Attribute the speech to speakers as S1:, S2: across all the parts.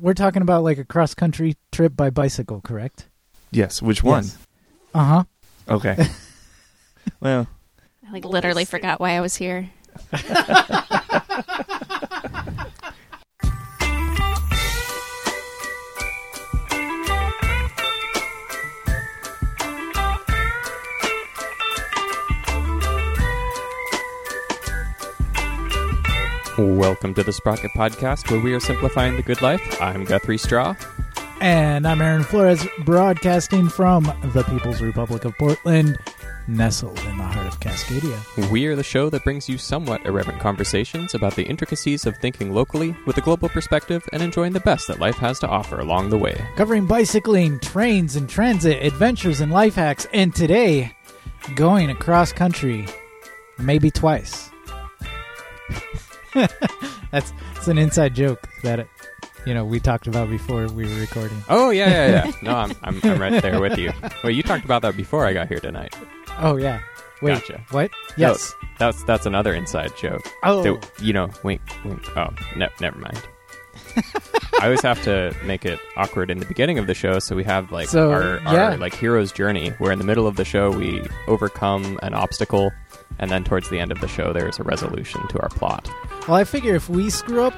S1: We're talking about like a cross country trip by bicycle, correct?
S2: Yes, which one?
S1: Yes. Uh huh.
S2: Okay. well,
S3: I like literally forgot why I was here.
S4: Welcome to the Sprocket Podcast, where we are simplifying the good life. I'm Guthrie Straw.
S1: And I'm Aaron Flores, broadcasting from the People's Republic of Portland, nestled in the heart of Cascadia.
S4: We are the show that brings you somewhat irreverent conversations about the intricacies of thinking locally with a global perspective and enjoying the best that life has to offer along the way.
S1: Covering bicycling, trains and transit, adventures and life hacks, and today, going across country, maybe twice. that's, that's an inside joke that, you know, we talked about before we were recording.
S4: Oh, yeah, yeah, yeah. No, I'm, I'm, I'm right there with you. Well, you talked about that before I got here tonight.
S1: Oh, yeah. Wait,
S4: Gotcha.
S1: what? Yes.
S4: No, that's, that's another inside joke.
S1: Oh,
S4: That, you know, wink, wink. Oh, ne- never mind. I always have to make it awkward in the beginning of the show, so we have like
S1: So,
S4: our, our
S1: yeah.
S4: like hero's journey, where in the middle of the show we overcome an obstacle, and then towards the end of the show there is a resolution to our plot.
S1: well, I figure if we screw up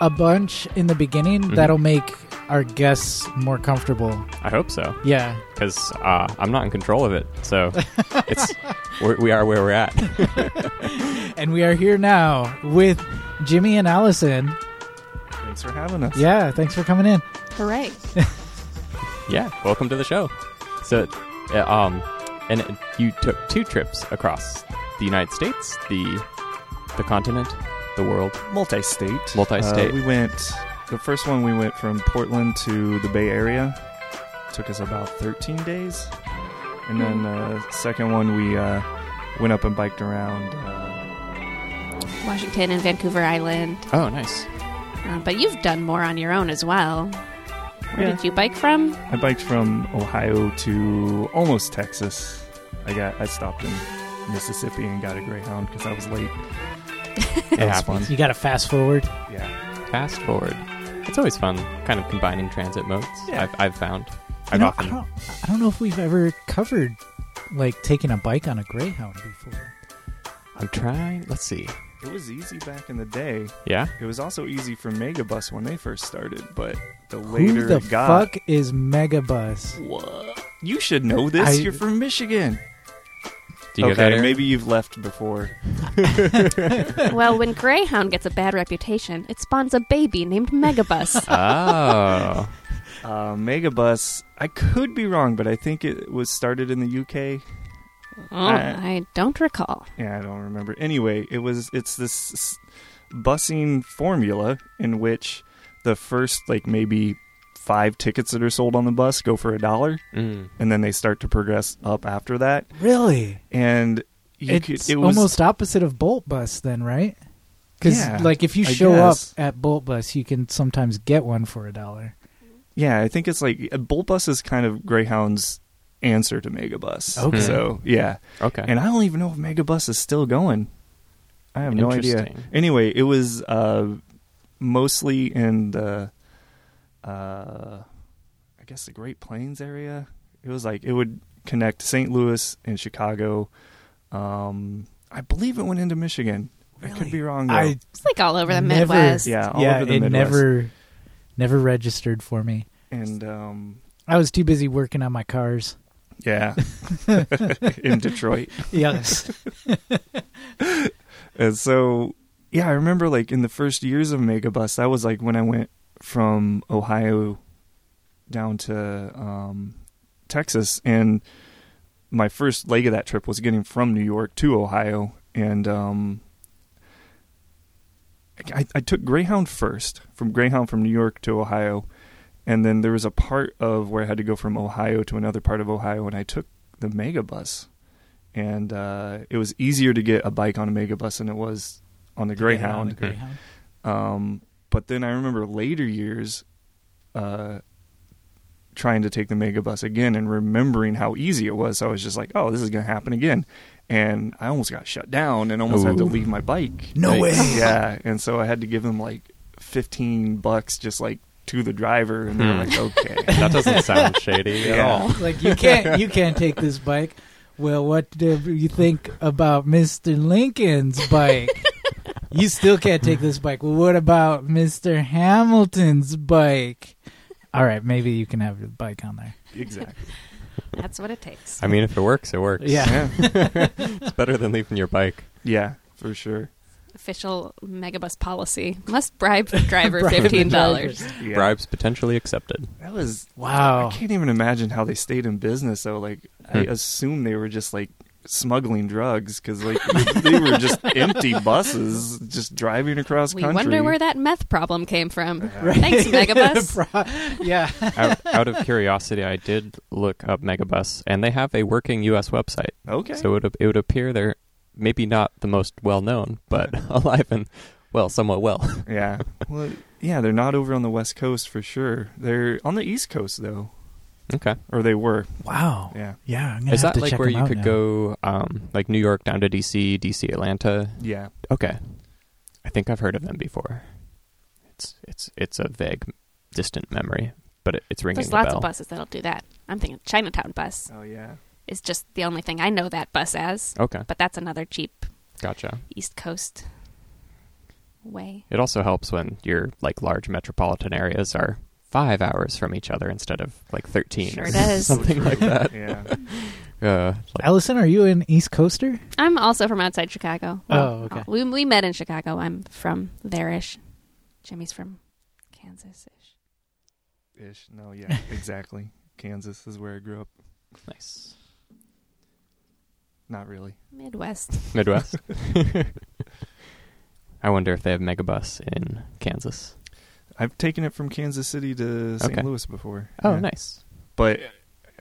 S1: a bunch in the beginning,
S2: Mm-hmm.
S1: that'll make our guests more comfortable.
S4: I hope so,
S1: Yeah.
S4: because uh, I'm not in control of it, so it's we're, we are where we're at.
S1: And we are here now with Jimmy and Allison.
S2: thanks for having us.
S1: Yeah, thanks for coming in.
S3: Hooray.
S4: yeah, welcome to the show. So, uh, um, and uh, you took two trips across the United States, the the continent, the world.
S2: Multi-state.
S4: Multi-state.
S2: Uh, we went. The first one we went from Portland to the Bay Area. Took us about 13 days, and then uh, second one we uh, went up and biked around. Uh,
S3: Washington and Vancouver Island.
S4: Oh, nice.
S3: Um, but you've done more on your own as well. Where
S2: Yeah.
S3: did you bike from?
S2: I biked from Ohio to almost Texas. I got I stopped in Mississippi and got a Greyhound because I was late.
S4: It
S2: That was
S4: happens.
S2: fun.
S1: You got to fast forward.
S2: Yeah,
S4: Fast forward. It's always fun, kind of combining transit modes.
S2: Yeah.
S4: I've, I've found.
S1: You
S4: I've
S1: know, I
S4: often.
S1: don't, I don't know if we've ever covered like taking a bike on a Greyhound before.
S4: I'm trying. Let's see.
S2: it was easy back in the day.
S4: Yeah.
S2: It was also easy for Megabus when they first started, but the later
S1: Who the
S2: it got,
S1: fuck is Megabus?
S2: What? You should know this.
S1: I-
S2: You're from Michigan.
S4: Do you
S2: okay,
S4: get that? Aaron?
S2: maybe you've left before.
S3: well, when Greyhound gets a bad reputation, it spawns a baby named Megabus.
S4: Oh.
S2: Uh, Megabus. I could be wrong, but I think it was started in the UK.
S3: oh,
S2: Uh,
S3: I don't recall.
S2: Yeah, I don't remember. Anyway, it was. It's this s- busing formula in which the first like maybe five tickets that are sold on the bus go for a dollar,
S4: Mm.
S2: and then they start to progress up after that.
S1: Really?
S2: And you
S1: It's
S2: could, it was
S1: almost opposite of Bolt Bus, then, right? Because
S2: Yeah,
S1: like if you
S2: I
S1: show
S2: guess.
S1: up at Bolt Bus, you can sometimes get one for a dollar.
S2: Yeah, I think it's like uh, Bolt Bus is kind of Greyhound's answer to Megabus.
S1: Okay.
S2: So yeah,
S4: Okay.
S2: and I don't even know if Megabus is still going. I have no idea.
S4: Interesting.
S2: Anyway, it was uh, mostly in the, uh, I guess the Great Plains area. It was like it would connect St. Louis and Chicago. Um, I believe it went into Michigan. I could be wrong. Though.
S1: I
S3: It's like all over the
S1: Never-
S3: Midwest.
S2: yeah, all
S1: yeah,
S2: over the
S1: it
S2: Midwest.
S1: never never registered for me.
S2: and um,
S1: I was too busy working on my cars.
S2: yeah, in Detroit.
S1: Yes.
S2: And so, yeah, I remember like in the first years of Megabus, that was like when I went from Ohio down to um, Texas. And my first leg of that trip was getting from New York to Ohio. And um, I, I took Greyhound first, from Greyhound from New York to Ohio. And then there was a part of where I had to go from Ohio to another part of Ohio, and I took the Megabus and uh, it was easier to get a bike on a megabus than it was on the
S1: On the
S2: Greyhound.
S1: Greyhound.
S2: Um, but then I remember later years uh, trying to take the megabus again and remembering how easy it was. So I was just like, "Oh, this is going to happen again," and I almost got shut down and almost had to
S4: Ooh.
S2: leave my bike.
S1: No
S4: Yikes.
S1: way.
S2: yeah, and so I had to give them like fifteen bucks, just like to the driver, and they're
S4: Hmm.
S2: like, okay.
S4: That doesn't sound shady at
S2: Yeah.
S4: all.
S1: like you can't you can't take this bike. Well, what do you think about Mr. Lincoln's bike? you still can't take this bike. Well, what about Mr. Hamilton's bike? All right, maybe you can have your bike on there.
S2: exactly.
S3: That's what it takes.
S4: I mean, if it works, it works.
S1: Yeah.
S2: Yeah.
S4: It's better than leaving your bike.
S2: Yeah, for sure.
S3: Official megabus policy must bribe driver
S1: Bribe the
S3: fifteen dollars.
S2: Yeah.
S4: Bribes potentially accepted.
S2: That was
S1: Wow.
S2: I can't even imagine how they stayed in business though. Like I
S4: Oh. Hmm.
S2: assume they were just like smuggling drugs because like they were just empty buses just driving across
S3: We
S2: country.
S3: wonder where that meth problem came from.
S2: Yeah.
S3: Thanks, megabus.
S1: yeah.
S4: Out, out of curiosity, I did look up Megabus, and they have a working U.S. website.
S2: Okay.
S4: So it, would- it would appear they're maybe not the most well known, but alive and well, somewhat well.
S2: yeah. Well, yeah, they're not over on the west coast for sure. They're on the east coast though,
S4: okay.
S2: or they were.
S1: Wow.
S2: Yeah.
S1: Yeah. I'm gonna
S4: Is
S1: have
S4: that
S1: to
S4: like
S1: check
S4: where
S1: 'em
S4: you
S1: out
S4: could
S1: now.
S4: go, um, like New York down to D.C., D.C. Atlanta?
S2: Yeah.
S4: Okay. I think I've heard of them before. It's it's it's a vague, distant memory, but it, it's ringing
S3: There's
S4: a
S3: lots
S4: bell.
S3: of buses that'll do that. I'm thinking Chinatown bus
S2: Oh yeah.
S3: is just the only thing I know that bus as,
S4: Okay,
S3: but that's another cheap
S4: gotcha.
S3: East Coast way.
S4: It also helps when your like large metropolitan areas are five hours from each other instead of like thirteen
S3: Sure
S4: or
S3: does.
S4: something like that.
S2: Yeah.
S4: Uh, like,
S1: Allison, are you an East Coaster?
S3: I'm also from outside Chicago.
S1: Oh, okay.
S3: We, we met in Chicago. I'm from there-ish. Jimmy's from Kansas-ish.
S2: Ish. No. Yeah. Exactly. Kansas is where I grew up.
S4: nice
S2: Not really.
S3: Midwest.
S4: Midwest. I wonder if they have megabus in Kansas.
S2: I've taken it from Kansas City to St.
S4: Okay.
S2: Louis before.
S4: Oh,
S2: Yeah.
S4: nice.
S2: But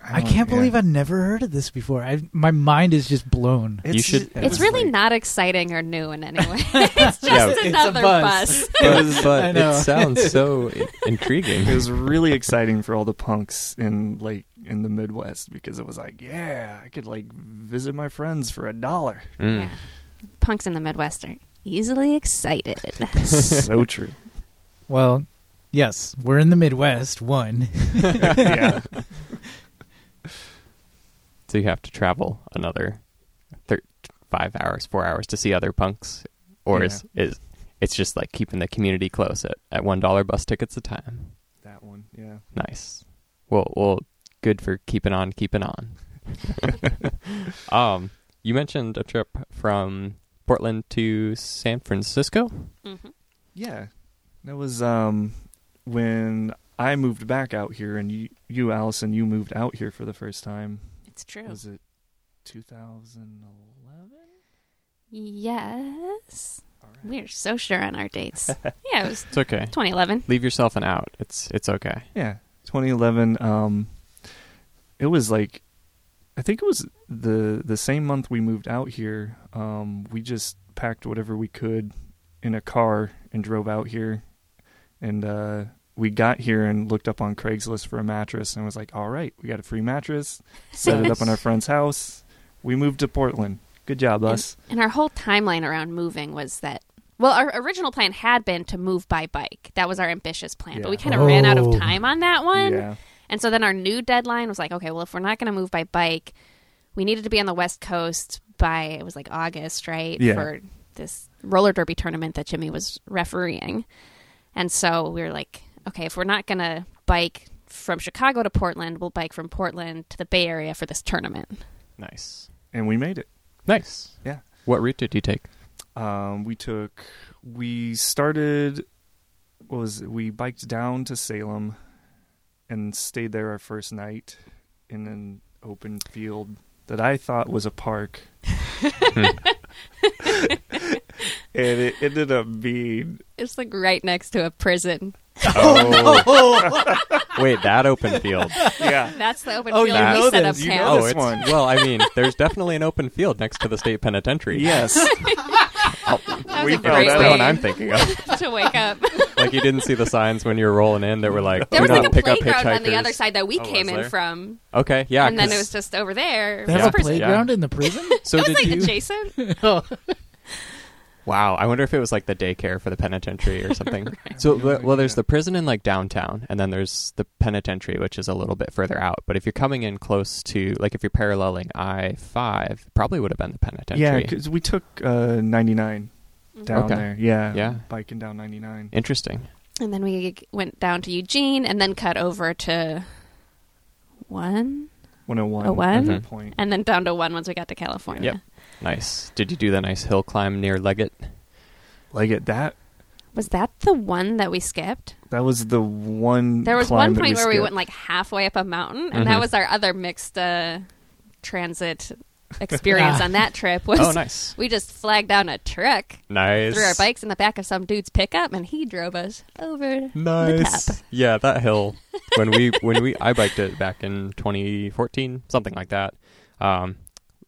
S1: I can't believe I never heard of this before. I my mind is just blown.
S4: You should- It
S3: it's
S4: was
S3: really
S2: not.
S3: not exciting or new in any way. it's just
S4: Yeah.
S1: It's a
S3: another
S1: bus.
S3: bus.
S1: I
S4: But, but
S1: know.
S4: it sounds so i- intriguing.
S2: it was really exciting for all the punks in like in the Midwest because it was like, yeah, I could like visit my friends for a dollar.
S4: Mm.
S3: Yeah. Punks in the Midwest are easily excited.
S2: so true.
S1: Well, yes, we're in the Midwest. One.
S2: yeah.
S4: So you have to travel another thir- five hours, four hours to see other punks, or is is it's just like keeping the community close at, at one dollar bus tickets a time.
S2: That one. Yeah.
S4: Nice. Well, well, good for keeping on, keeping on. um, you mentioned a trip from Portland to San Francisco.
S3: Mhm.
S2: Yeah. That was um when I moved back out here and you, you Allison, you moved out here for the first time.
S3: It's true.
S2: Was it 2011?
S3: Yes.
S2: All right.
S3: We're so sure on our dates. yeah, it was
S4: It's okay.
S3: 2011.
S4: Leave yourself an out. It's it's okay.
S2: Yeah, 2011. Um, it was like, I think it was the the same month we moved out here. Um, we just packed whatever we could in a car and drove out here, and uh, we got here and looked up on Craigslist for a mattress and was like, all right, we got a free mattress. Set it up in our friend's house. We moved to Portland. Good job, us.
S3: And our whole timeline around moving was that. Well, our original plan had been to move by bike. That was our ambitious plan, but we
S2: Yeah.
S3: kind of ran out of
S1: Oh.
S3: time on that one.
S2: Yeah,
S3: And so then our new deadline was like, okay, well, if we're not going to move by bike, we needed to be on the West Coast by, it was like August, right?
S2: Yeah.
S3: For this roller derby tournament that Jimmy was refereeing. And so we were like, okay, if we're not going to bike from Chicago to Portland, we'll bike from Portland to the Bay Area for this tournament.
S4: Nice,
S2: and we made it.
S4: nice.
S2: Yeah.
S4: What route did you take?
S2: Um, we took, we started, what was it? We biked down to Salem and stayed there our first night in an open field that I thought was a park. and it ended up being,
S3: It's like right next to a prison.
S4: Oh, wait, that open field.
S2: yeah.
S3: That's the open
S1: Oh,
S3: field
S1: you
S3: we
S1: know
S3: set
S1: this.
S3: up
S2: You
S3: camp.
S2: know
S4: Oh,
S2: this
S4: it's,
S2: one.
S4: well, I mean, there's definitely an open field next to the state penitentiary.
S2: Yes.
S4: Oh,
S3: That was
S2: we
S3: a
S2: found
S3: great
S4: that's
S2: out.
S4: the
S3: way
S4: one I'm thinking of.
S3: to wake up.
S4: Like you didn't see the signs when you were rolling in that were like,
S3: There
S4: "Do
S3: was like
S4: not
S3: a
S4: pick up
S3: playground
S4: hitchhikers."
S3: on the other side that we
S4: Oh,
S3: came
S4: was
S3: in
S4: there?
S3: from,
S4: Okay, yeah.
S3: and then it
S4: 'cause-
S3: was just over there.
S1: They
S3: was
S1: have
S4: Yeah.
S1: a
S3: prison.
S1: playground in the prison.
S4: so
S3: It was
S4: did
S3: like
S4: you?
S3: adjacent.
S1: oh.
S4: Wow, I wonder if it was like the daycare for the penitentiary or something. So,
S2: No
S4: well, well, there's
S2: idea.
S4: the prison in like downtown, and then there's the penitentiary, which is a little bit further out. But if you're coming in close to, like, if you're paralleling I five, probably would have been the
S2: Yeah,
S4: penitentiary.
S2: because we took uh, 99 down
S4: Okay.
S2: there. Yeah,
S4: Yeah.
S2: biking down 99.
S4: Interesting.
S3: And then we g- went down to Eugene and then cut over to one
S2: 101
S3: 01?
S2: at that point.
S3: and then down to one once we got to California.
S4: Yep. Nice. Did you do the nice hill climb near Leggett?
S2: Like at that,
S3: Was that the one that we skipped?
S2: that was the one.
S3: There was
S2: climb
S3: one
S2: that
S3: point where we
S2: skipped.
S3: went like halfway up a mountain, and that
S4: Mhm.
S3: was our other mixed uh, transit experience on that trip. Was
S4: Oh, nice.
S3: we just flagged down a truck,
S4: Nice.
S3: threw our bikes in the back of some dude's pickup, and he drove us over.
S4: Nice.
S3: The tap.
S4: Yeah, that hill. when we when we I biked it back in 2014, something like that. Um,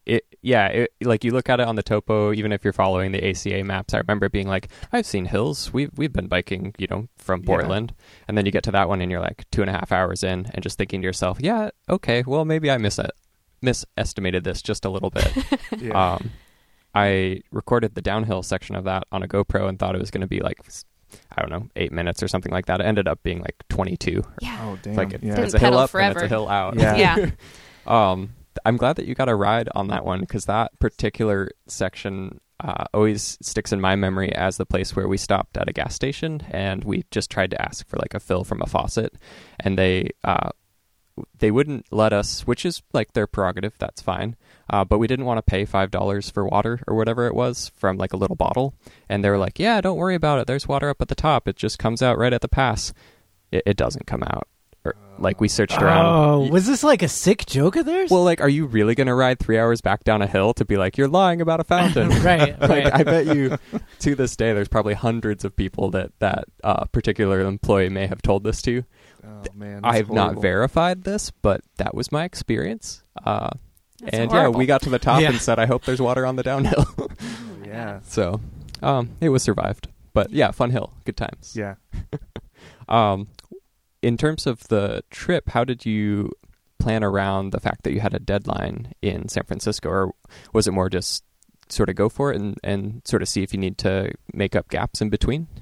S4: it yeah, it, like you look at it on the topo, even if you're following the ACA maps. I remember being like, I've seen hills. We've we've been biking, you know, from
S2: Yeah.
S4: Portland, and then you get to that one, and you're like two and a half hours in, and just thinking to yourself, yeah, okay, well maybe I miss it. Misestimated this just a little bit.
S2: Yeah.
S4: Um, I recorded the downhill section of that on a GoPro and thought it was going to be like, s- I don't know, eight minutes or something like that. It ended up being like 22.
S3: Yeah,
S2: oh damn!
S4: like it-
S2: yeah.
S3: Didn't
S4: It's a hill
S3: pedal
S4: up and
S3: forever.
S4: it's a hill out.
S2: Yeah.
S3: yeah.
S4: Um, I'm glad that you got a ride on that one because that particular section uh, always sticks in my memory as the place where we stopped at a gas station and we just tried to ask for like a fill from a faucet, and they uh, they wouldn't let us, which is like their prerogative. That's fine, uh, but we didn't want to pay five dollars for water or whatever it was from like a little bottle, and they were like, "Yeah, don't worry about it. There's water up at the top. It just comes out right at the pass. It, it doesn't come out." Or, like we searched around.
S1: Oh,
S4: Y-
S1: was this like a sick joke of theirs?
S4: well, like, are you really going to ride three hours back down a hill to be like, you're lying about a fountain?
S1: right,
S4: like,
S1: right.
S4: I bet you, to this day, there's probably hundreds of people that that uh, particular employee may have told this to.
S2: oh man,
S4: I
S2: that's
S4: have not
S2: horrible.
S4: verified this, but that was my experience. Uh,
S3: That's
S4: and yeah,
S3: horrible.
S4: we got to the top
S1: Yeah.
S4: and said, I hope there's water on the downhill.
S2: Yeah,
S4: so um, it was survived. But yeah, fun hill. Good times.
S2: yeah.
S4: Um, in terms of the trip, how did you plan around the fact that you had a deadline in San Francisco, or was it more just sort of go for it and, and sort of see if you need to make up gaps in between?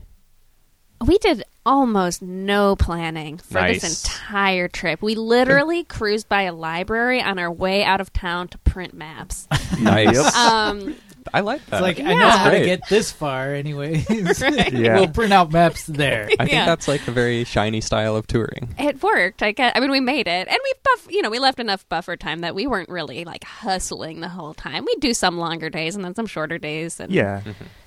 S3: We did almost no planning for
S4: Nice.
S3: this entire trip. We literally cruised by a library on our way out of town to print maps.
S4: Nice.
S3: Um,
S4: I like that.
S1: It's like I know
S3: Yeah.
S1: how to
S4: Great.
S1: get this far anyway.
S2: Yeah.
S1: We'll print out maps there.
S4: I think
S3: yeah.
S4: that's like a very shiny style of touring.
S3: it worked. I, guess, I mean, we made it, and we buff. You know, we left enough buffer time that we weren't really like hustling the whole time. We would do some longer days and then some shorter days, and
S2: Yeah,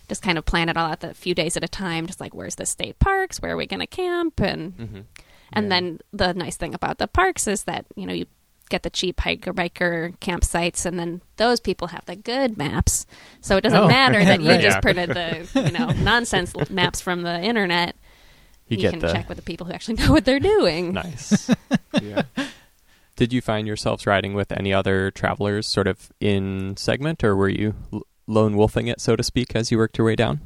S3: just kind of plan it all out a few days at a time. Just like, where's the state parks? Where are we going to camp? And And then the nice thing about the parks is that, you know, you get the cheap hiker biker campsites and then those people have the good maps. So it doesn't
S1: Oh,
S3: matter that you
S1: right.
S3: just
S4: Yeah.
S3: printed the, you know, nonsense l- maps from the internet.
S4: You get
S3: can
S4: the-
S3: check with the people who actually know what they're doing.
S4: Nice.
S2: yeah.
S4: did you find yourselves riding with any other travelers sort of in segment, or were you l- lone wolfing it, so to speak, as you worked your way down?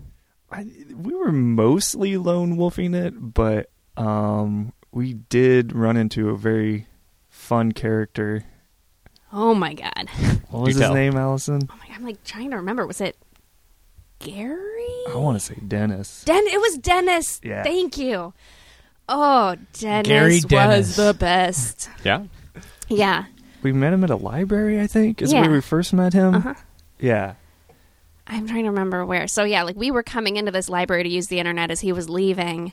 S2: I, we were mostly lone wolfing it, but um, we did run into a very fun character.
S3: Oh my god.
S2: What
S4: Do
S2: was his
S4: tell.
S2: name, Allison?
S3: Oh my god, I'm like trying to remember. Was it Gary?
S2: I want to say Dennis.
S3: Den it was Dennis.
S2: Oh. Yeah.
S3: Thank you. Oh, Dennis,
S1: Gary Dennis.
S3: was the best.
S4: Yeah.
S3: Yeah.
S2: we met him at a library, I think, is
S3: Yeah.
S2: where we first met him.
S3: Uh-huh.
S2: Yeah,
S3: I'm trying to remember where. So yeah, like we were coming into this library to use the internet as he was leaving,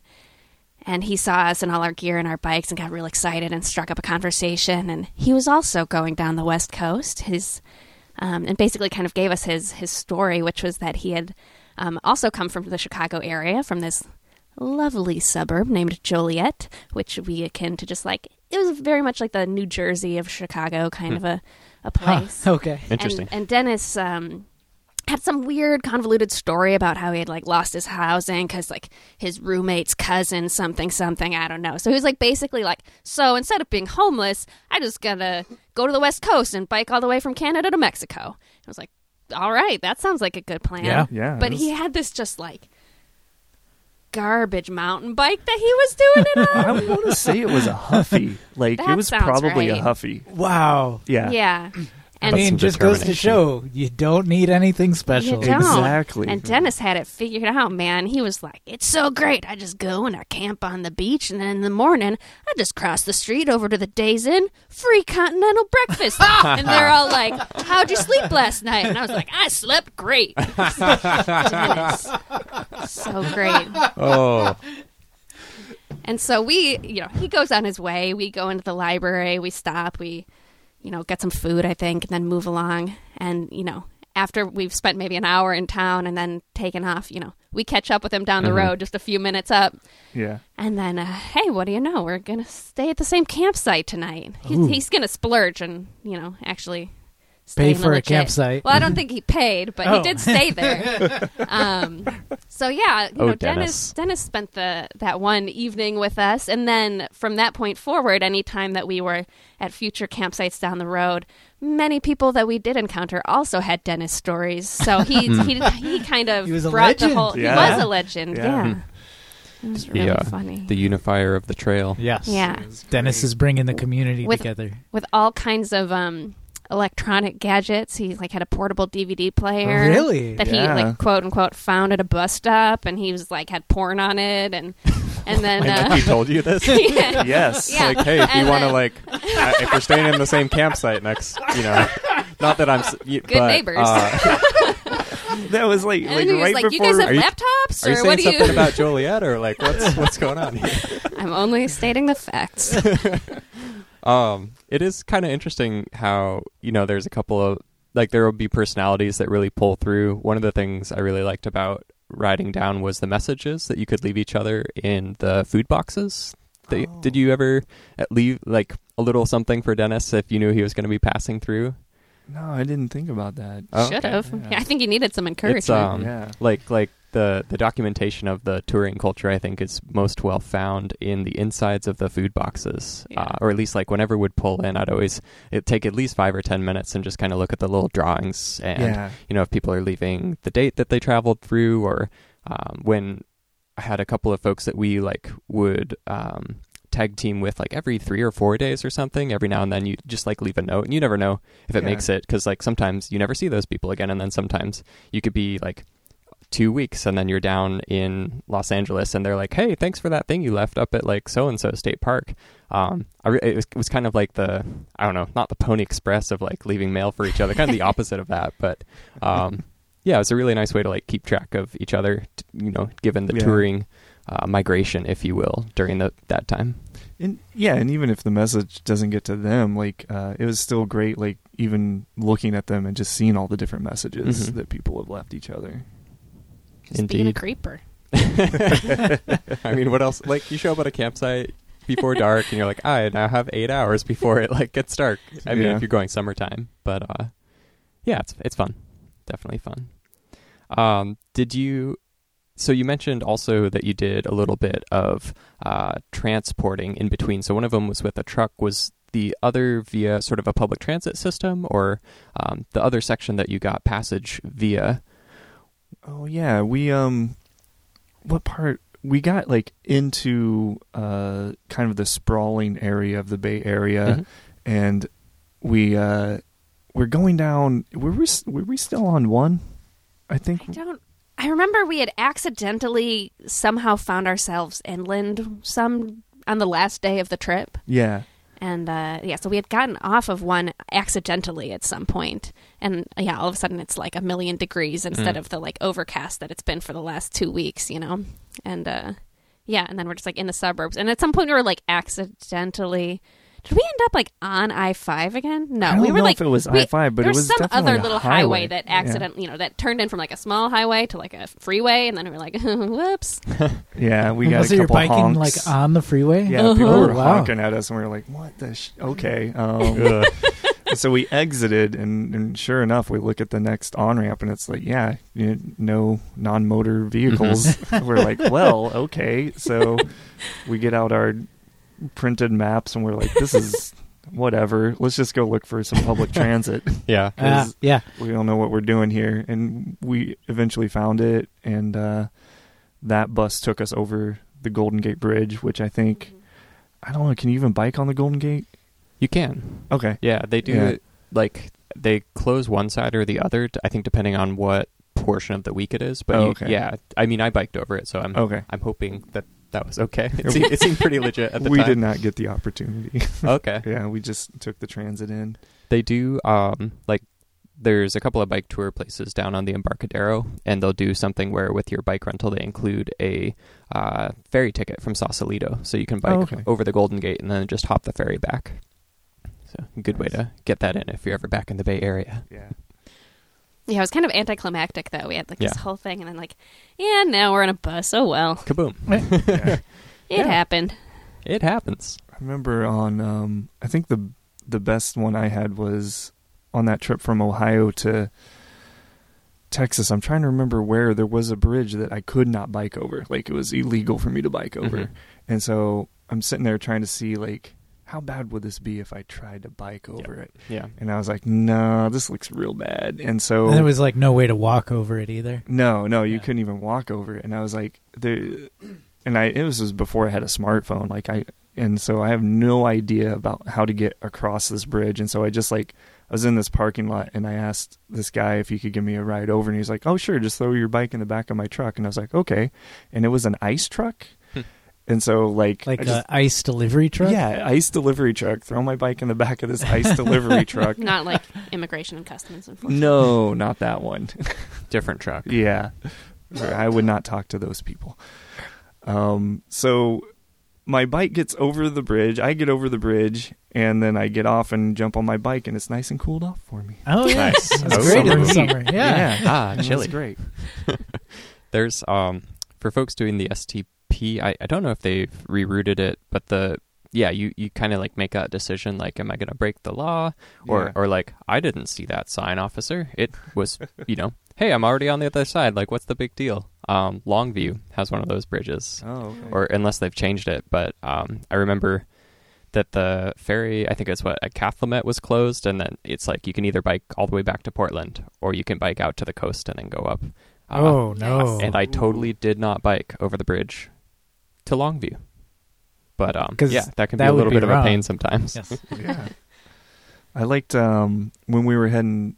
S3: and he saw us and all our gear and our bikes and got real excited and struck up a conversation. And he was also going down the west coast. His um, and basically kind of gave us his his story, which was that he had um, also come from the Chicago area, from this lovely suburb named Joliet, which would be akin to just like it was very much like the New Jersey of Chicago, kind of a a
S1: Huh,
S3: place.
S1: okay.
S4: Interesting.
S3: And, and Dennis um, had some weird, convoluted story about how he had like lost his housing because like his roommate's cousin, something, something. I don't know. So he was like basically like, so instead of being homeless, I just gotta go to the West Coast and bike all the way from Canada to Mexico. I was like, all right, that sounds like a good plan.
S1: Yeah.
S2: yeah.
S3: But
S2: it
S3: he had this just like garbage mountain bike that he was doing it on.
S2: I want to say it was a Huffy. Like it
S3: That
S2: was
S3: sounds
S2: probably a
S3: right.
S2: Huffy.
S1: Wow.
S2: Yeah.
S3: Yeah. And-
S1: I
S4: That's
S1: mean,
S4: some
S1: just goes to
S4: determination.
S1: show you don't need anything special.
S3: don't.
S2: Exactly.
S3: And Dennis had it figured out, man. He was like, "It's so great. I just go and I camp on the beach, and then in the morning, I just cross the street over to the Days Inn, free continental breakfast." and they're all like, "How'd you sleep last night?" And I was like, "I slept great." Dennis. so great.
S4: Oh,
S3: And so we, you know, he goes on his way. We go into the library. We stop. We, you know, get some food, I think, and then move along. And, you know, after we've spent maybe an hour in town and then taken off, you know, we catch up with him down the
S4: Mhm.
S3: road just a few minutes up.
S2: yeah.
S3: And then, uh, hey, what do you know? We're going to stay at the same campsite tonight. He's, he's going to splurge and, you know, actually stay
S1: Pay
S3: in the
S1: for a
S3: legit-
S1: campsite.
S3: Well, I don't think he paid, but
S1: Oh.
S3: he did stay there. um, so yeah, you
S4: Oh,
S3: know, Dennis
S4: Dennis.
S3: Dennis spent the that one evening with us, and then from that point forward, any time that we were at future campsites down the road, many people that we did encounter also had Dennis stories. So he he he kind of
S1: He was a
S3: brought the
S1: legend.
S3: whole.
S2: Yeah.
S3: He was a legend.
S2: Yeah.
S3: Yeah, it was really
S4: Yeah.
S3: funny.
S4: the unifier of the trail.
S1: Yes.
S3: yeah,
S1: Dennis is bringing the community
S3: With-
S1: together.
S3: with all kinds of um electronic gadgets. He like had a portable DVD player.
S1: Really?
S3: that
S2: Yeah.
S3: he like quote unquote found at a bus stop and he was like had porn on it and and then uh,
S4: we told you this.
S3: yeah,
S2: Yes.
S3: Yeah.
S4: Like, hey, if you
S3: And
S4: want to
S3: then-
S4: like, uh, if we're staying in the same campsite next, you know, not that I'm s- you,
S3: Good
S4: but,
S3: neighbors.
S4: Uh,
S2: That was like,
S3: and
S2: like
S3: he was
S2: right
S3: like you
S2: before.
S3: guys have
S4: Are you-
S3: laptops
S4: are you
S3: or what
S4: saying
S3: do you
S4: something about Joliet or like what's what's going on? Here?
S3: I'm only stating the facts
S4: Um, it is kind of interesting how you know there's a couple of like there will be personalities that really pull through. One of the things I really liked about riding down was the messages that you could leave each other in the food boxes. That-
S2: Oh.
S4: Did you ever uh, leave like a little something for Dennis if you knew he was going to be passing through?
S2: no, I didn't think about that.
S4: Oh,
S3: should have
S2: okay.
S3: yeah, I think you needed some encouragement
S4: um,
S2: yeah.
S4: like like the the documentation of the touring culture i think is most well found in the insides of the food boxes
S3: Yeah.
S4: uh, or at least like whenever would pull in i'd always it'd take at least five or ten minutes and just kind of look at the little drawings and
S2: Yeah.
S4: you know if people are leaving the date that they traveled through or um, when i had a couple of folks that we like would um, tag team with like every three or four days or something every now and then you just like leave a note and you never know if it
S2: Yeah.
S4: makes it because like sometimes you never see those people again and then sometimes you could be like two weeks and then you're down in Los Angeles and they're like, hey, thanks for that thing you left up at like so and so state park. Um, I re- it, was, it was kind of like the I don't know, not the Pony Express of like leaving mail for each other, kind of the opposite of that. But um, yeah, it's a really nice way to like keep track of each other, t- you know, given the
S2: Yeah.
S4: touring uh, migration, if you will, during the, that time.
S2: And yeah, and even if the message doesn't get to them, like uh, it was still great. Like even looking at them and just seeing all the different messages
S4: Mhm.
S2: that people have left each other.
S3: just being a
S4: Indeed.
S3: creeper
S4: I mean, what else? Like you show up at a campsite before dark, and you're like, I now have eight hours before it like gets dark. I mean,
S2: Yeah.
S4: if you're going summertime, but uh, yeah, it's it's fun, definitely fun. Um, did you? So you mentioned also that you did a little bit of uh, transporting in between. So one of them was with a truck. Was the other via sort of a public transit system, or um, the other section that you got passage via?
S2: Oh yeah, we um, what part we got like into uh kind of the sprawling area of the Bay Area,
S3: Mm-hmm.
S4: Mhm.
S2: and we uh we're going down. Were we s- were we still on one? I think
S3: I don't I remember we had accidentally somehow found ourselves inland some on the last day of the trip
S2: yeah.
S3: And uh, yeah, so we had gotten off of one accidentally at some point, and uh, yeah, all of a sudden it's like a million degrees instead
S4: Mm.
S2: Hmm.
S3: of the like overcast that it's been for the last two weeks, you know. And uh, yeah, and then we're just like in the suburbs, and at some point we were like accidentally. Did we end up like on I five again? No,
S2: I don't
S3: we were
S2: know
S3: like
S2: if it was
S3: we-
S2: I-5, but it
S3: there
S2: was
S3: some
S2: definitely
S3: other
S2: a
S3: little
S2: highway.
S3: that
S2: Yeah.
S3: accident, you know, that turned in from like a small highway to like a freeway, and then we were like, whoops,
S4: Mm-hmm.
S2: Yeah, we got
S1: also,
S2: a
S1: you're
S2: couple
S1: biking
S2: honks.
S1: like on the freeway.
S2: Yeah,
S3: Uh-huh.
S2: people
S1: Oh,
S2: were
S1: wow.
S2: honking at us, and we were like, "What the? Sh-? Okay." Um, so we exited, and, and sure enough, we look at the next on ramp, and it's like, "Yeah, you know, no non-motor vehicles." we're like, "Well, okay." So we get out our printed maps, and we're like, "This is whatever. Let's just go look for some public transit.
S4: Yeah.
S1: Ah, yeah.
S2: We don't know what we're doing here." And we eventually found it, and uh, that bus took us over the Golden Gate Bridge, which I think. I don't know. Can you even bike on the Golden Gate?
S4: You can.
S2: Okay.
S4: Yeah, they do
S2: Yeah.
S4: it like they close one side or the other. t- I think depending on what portion of the week it is. But
S2: Oh,
S4: you-
S2: okay.
S4: yeah, I mean, I biked over it, so I'm
S2: Okay.
S4: I'm hoping that that was okay. It, seemed, it seemed pretty legit at the
S2: we
S4: time.
S2: did not get the opportunity.
S4: Okay.
S2: yeah, we just took the transit in.
S4: They do um like there's a couple of bike tour places down on the Embarcadero, and they'll do something where with your bike rental they include a uh, ferry ticket from Sausalito, so you can bike
S2: Oh, okay.
S4: over the Golden Gate and then just hop the ferry back. So good way to get that in if you're ever back in the Bay Area.
S2: Yeah.
S3: Yeah, it was kind of anticlimactic though. We had like this
S4: Yeah.
S3: whole thing, and then like, yeah, now we're on a bus. Oh well,
S4: Kaboom!
S2: yeah.
S3: it
S4: Yeah.
S3: happened.
S4: It happens.
S2: I remember on um I think the the best one I had was on that trip from Ohio to Texas. I'm trying to remember where there was a bridge that I could not bike over. Like it was illegal for me to bike over.
S4: Mhm.
S2: And so I'm sitting there trying to see like how bad would this be if I tried to bike over it?
S4: Yeah.
S2: And I was like, "No, this looks real bad." And so
S1: And there was like no way to walk over it either.
S2: no, no, you
S4: Yeah.
S2: couldn't even walk over it. And I was like, there, and I it was, was before I had a smartphone. Like I, and so I have no idea about how to get across this bridge. And so I just like I was in this parking lot and I asked this guy if he could give me a ride over, and he's like, oh sure, just throw your bike in the back of my truck. And I was like, okay. And it was an ice truck,
S4: Hmm.
S2: and so like
S1: Like
S2: I
S1: a
S2: just-
S1: ice delivery truck.
S2: yeah, ice delivery truck. Throw my bike in the back of this ice delivery truck.
S3: Not like immigration and customs enforcement.
S2: No, not that one.
S4: Different truck.
S2: Yeah. I would not talk to those people. Um, so my bike gets over the bridge. I get over the bridge and then I get off and jump on my bike and it's nice and cooled off for me.
S1: Oh yeah.
S4: Nice.
S1: It's
S2: Oh,
S1: great in the summer.
S2: summer
S1: Yeah.
S4: Ah,
S2: It was
S4: chilly.
S2: great.
S4: There's um for folks doing the STP, I, I don't know if they've rerouted it, but the yeah, you, you kind of like make that decision like am I going to break the law or
S2: Yeah.
S4: or like I didn't see that sign officer. It was, you know, hey, I'm already on the other side. Like what's the big deal? Um Longview has one of those bridges
S2: Oh, okay.
S4: or unless they've changed it, but um I remember that the ferry, I think it's what at Cathlamet was closed, and then it's like you can either bike all the way back to Portland, or you can bike out to the coast and then go up. Uh,
S1: Oh no.
S4: and I totally did not bike over the bridge to Longview. But um,
S1: 'Cause
S4: yeah, that can be
S1: that
S4: a little
S1: would be
S4: bit of
S1: wrong.
S4: a pain sometimes.
S1: Yes.
S2: yeah. I liked um, when we were heading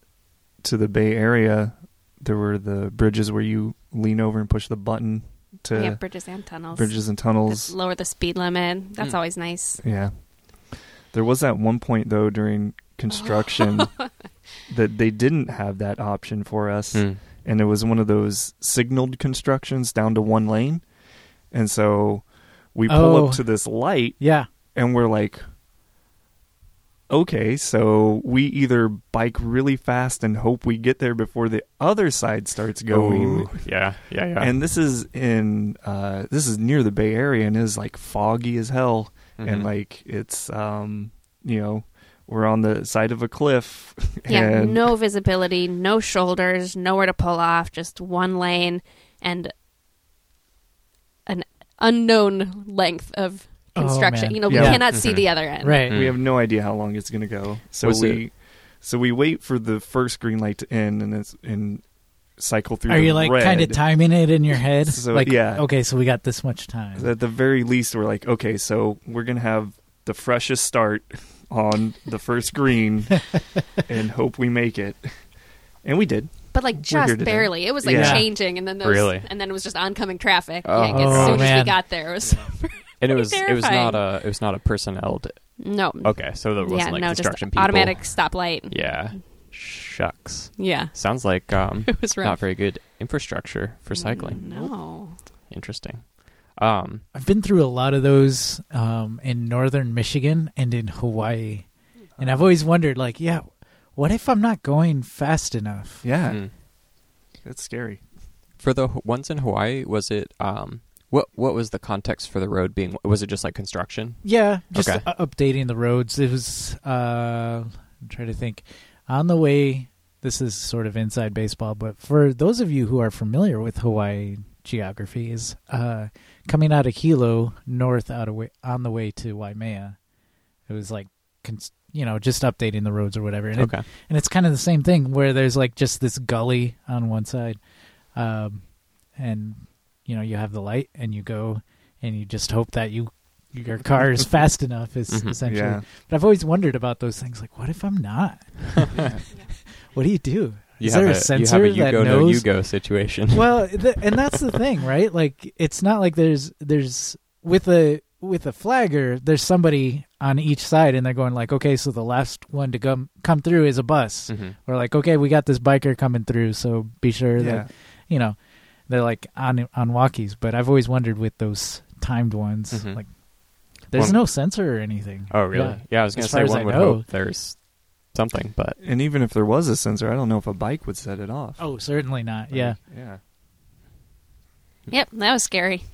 S2: to the Bay Area, there were the bridges where you lean over and push the button to
S3: We have bridges and tunnels.
S2: Uh, bridges and
S3: That's
S2: tunnels. Mm.
S3: lower the speed limit. That's
S4: Hmm.
S3: always nice.
S2: Yeah. There was that one point though during construction that they didn't have that option for us
S4: Hmm.
S2: and it was one of those signaled constructions down to one lane. And so we pull
S1: Oh.
S2: up to this light
S1: Yeah.
S2: and we're like okay, so we either bike really fast and hope we get there before the other side starts going.
S4: Ooh, yeah, yeah, Oh, yeah.
S2: And this is in uh this is near the Bay Area and is like foggy as hell and
S1: Mm-hmm.
S4: Mhm.
S2: like it's um you know we're on the side of a cliff
S3: Yeah,
S2: and
S3: no visibility, no shoulders, nowhere to pull off, just one lane and an unknown length of
S1: Oh,
S3: construction.
S1: man.
S3: you know, we
S2: Yeah.
S3: cannot see
S4: Mhm.
S3: the other end.
S1: Right.
S2: we have no idea how long it's going to go so
S4: Was
S2: we
S4: it-
S2: so we wait for the first green light to end and it's and cycle through
S1: Are
S2: the
S1: you like
S2: red.
S1: kind of timing it in your head?
S2: So,
S1: like
S2: yeah.
S1: Okay, so we got this much time.
S2: at the very least we're like okay so we're going to have the freshest start on the first green and hope we make it and we did
S3: But like
S2: here
S3: just
S2: today.
S3: barely. It was like
S2: Yeah.
S3: changing and then those,
S4: Really?
S3: and then it was just oncoming traffic.
S4: Oh,
S3: like, as
S4: Oh,
S3: soon as
S1: man.
S3: we got there it was
S4: And it
S3: pretty
S4: was it was
S3: terrifying.
S4: not a it was not a personnel. d-
S3: no.
S4: okay, so there Oh, wasn't
S3: yeah,
S4: like
S3: no, just
S4: construction people.
S3: automatic stoplight.
S4: Yeah, shucks.
S3: Yeah.
S4: Sounds like um,
S3: It was rough.
S4: not very good infrastructure for cycling.
S3: Mm, No.
S4: Interesting. Um,
S1: I've been through a lot of those um, in northern Michigan and in Hawaii, and I've always wondered, like, yeah, what if I'm not going fast enough?
S2: yeah
S4: mm.
S2: that's scary
S4: for the h- ones in Hawaii, was it um, what what was the context for the road being? Was it just like construction?
S1: Yeah, just
S4: Okay.
S1: u- updating the roads. It was. Uh, I'm trying to think. On the way, this is sort of inside baseball, but for those of you who are familiar with Hawaii geography, is uh, coming out of Hilo north out of way, on the way to Waimea. It was like, cons- you know, just updating the roads or whatever. And it-
S4: Okay.
S1: and it's kind of the same thing where there's like just this gully on one side um, and you know you have the light and you go and you just hope that you your car is fast enough is
S4: Mhm.
S1: essentially
S2: Yeah.
S1: but i've always wondered about those things like what if i'm not what do you do
S4: You
S1: is
S4: have
S1: there
S4: a,
S1: a sensor
S4: you have a you
S1: that
S4: go no
S1: knows
S4: you go situation.
S1: well th- and that's the thing right like it's not like there's there's with a with a flagger there's somebody on each side and they're going like okay so the last one to come come through is a bus
S4: Mhm.
S1: or like okay we got this biker coming through so be sure
S2: yeah.
S1: that you know they're like on on walkies but i've always wondered with those timed ones
S4: Mhm.
S1: like there's
S4: One-
S1: no sensor or anything
S4: Oh really?
S1: Yeah.
S4: Yeah, I was gonna
S1: As far
S4: say
S1: as
S4: one
S1: I
S4: would
S1: know.
S4: hope there's something, but
S2: And even if there was a sensor, I don't know if a bike would set it off.
S1: oh certainly not
S2: Like,
S1: yeah
S2: Yeah.
S3: Yep, that was scary.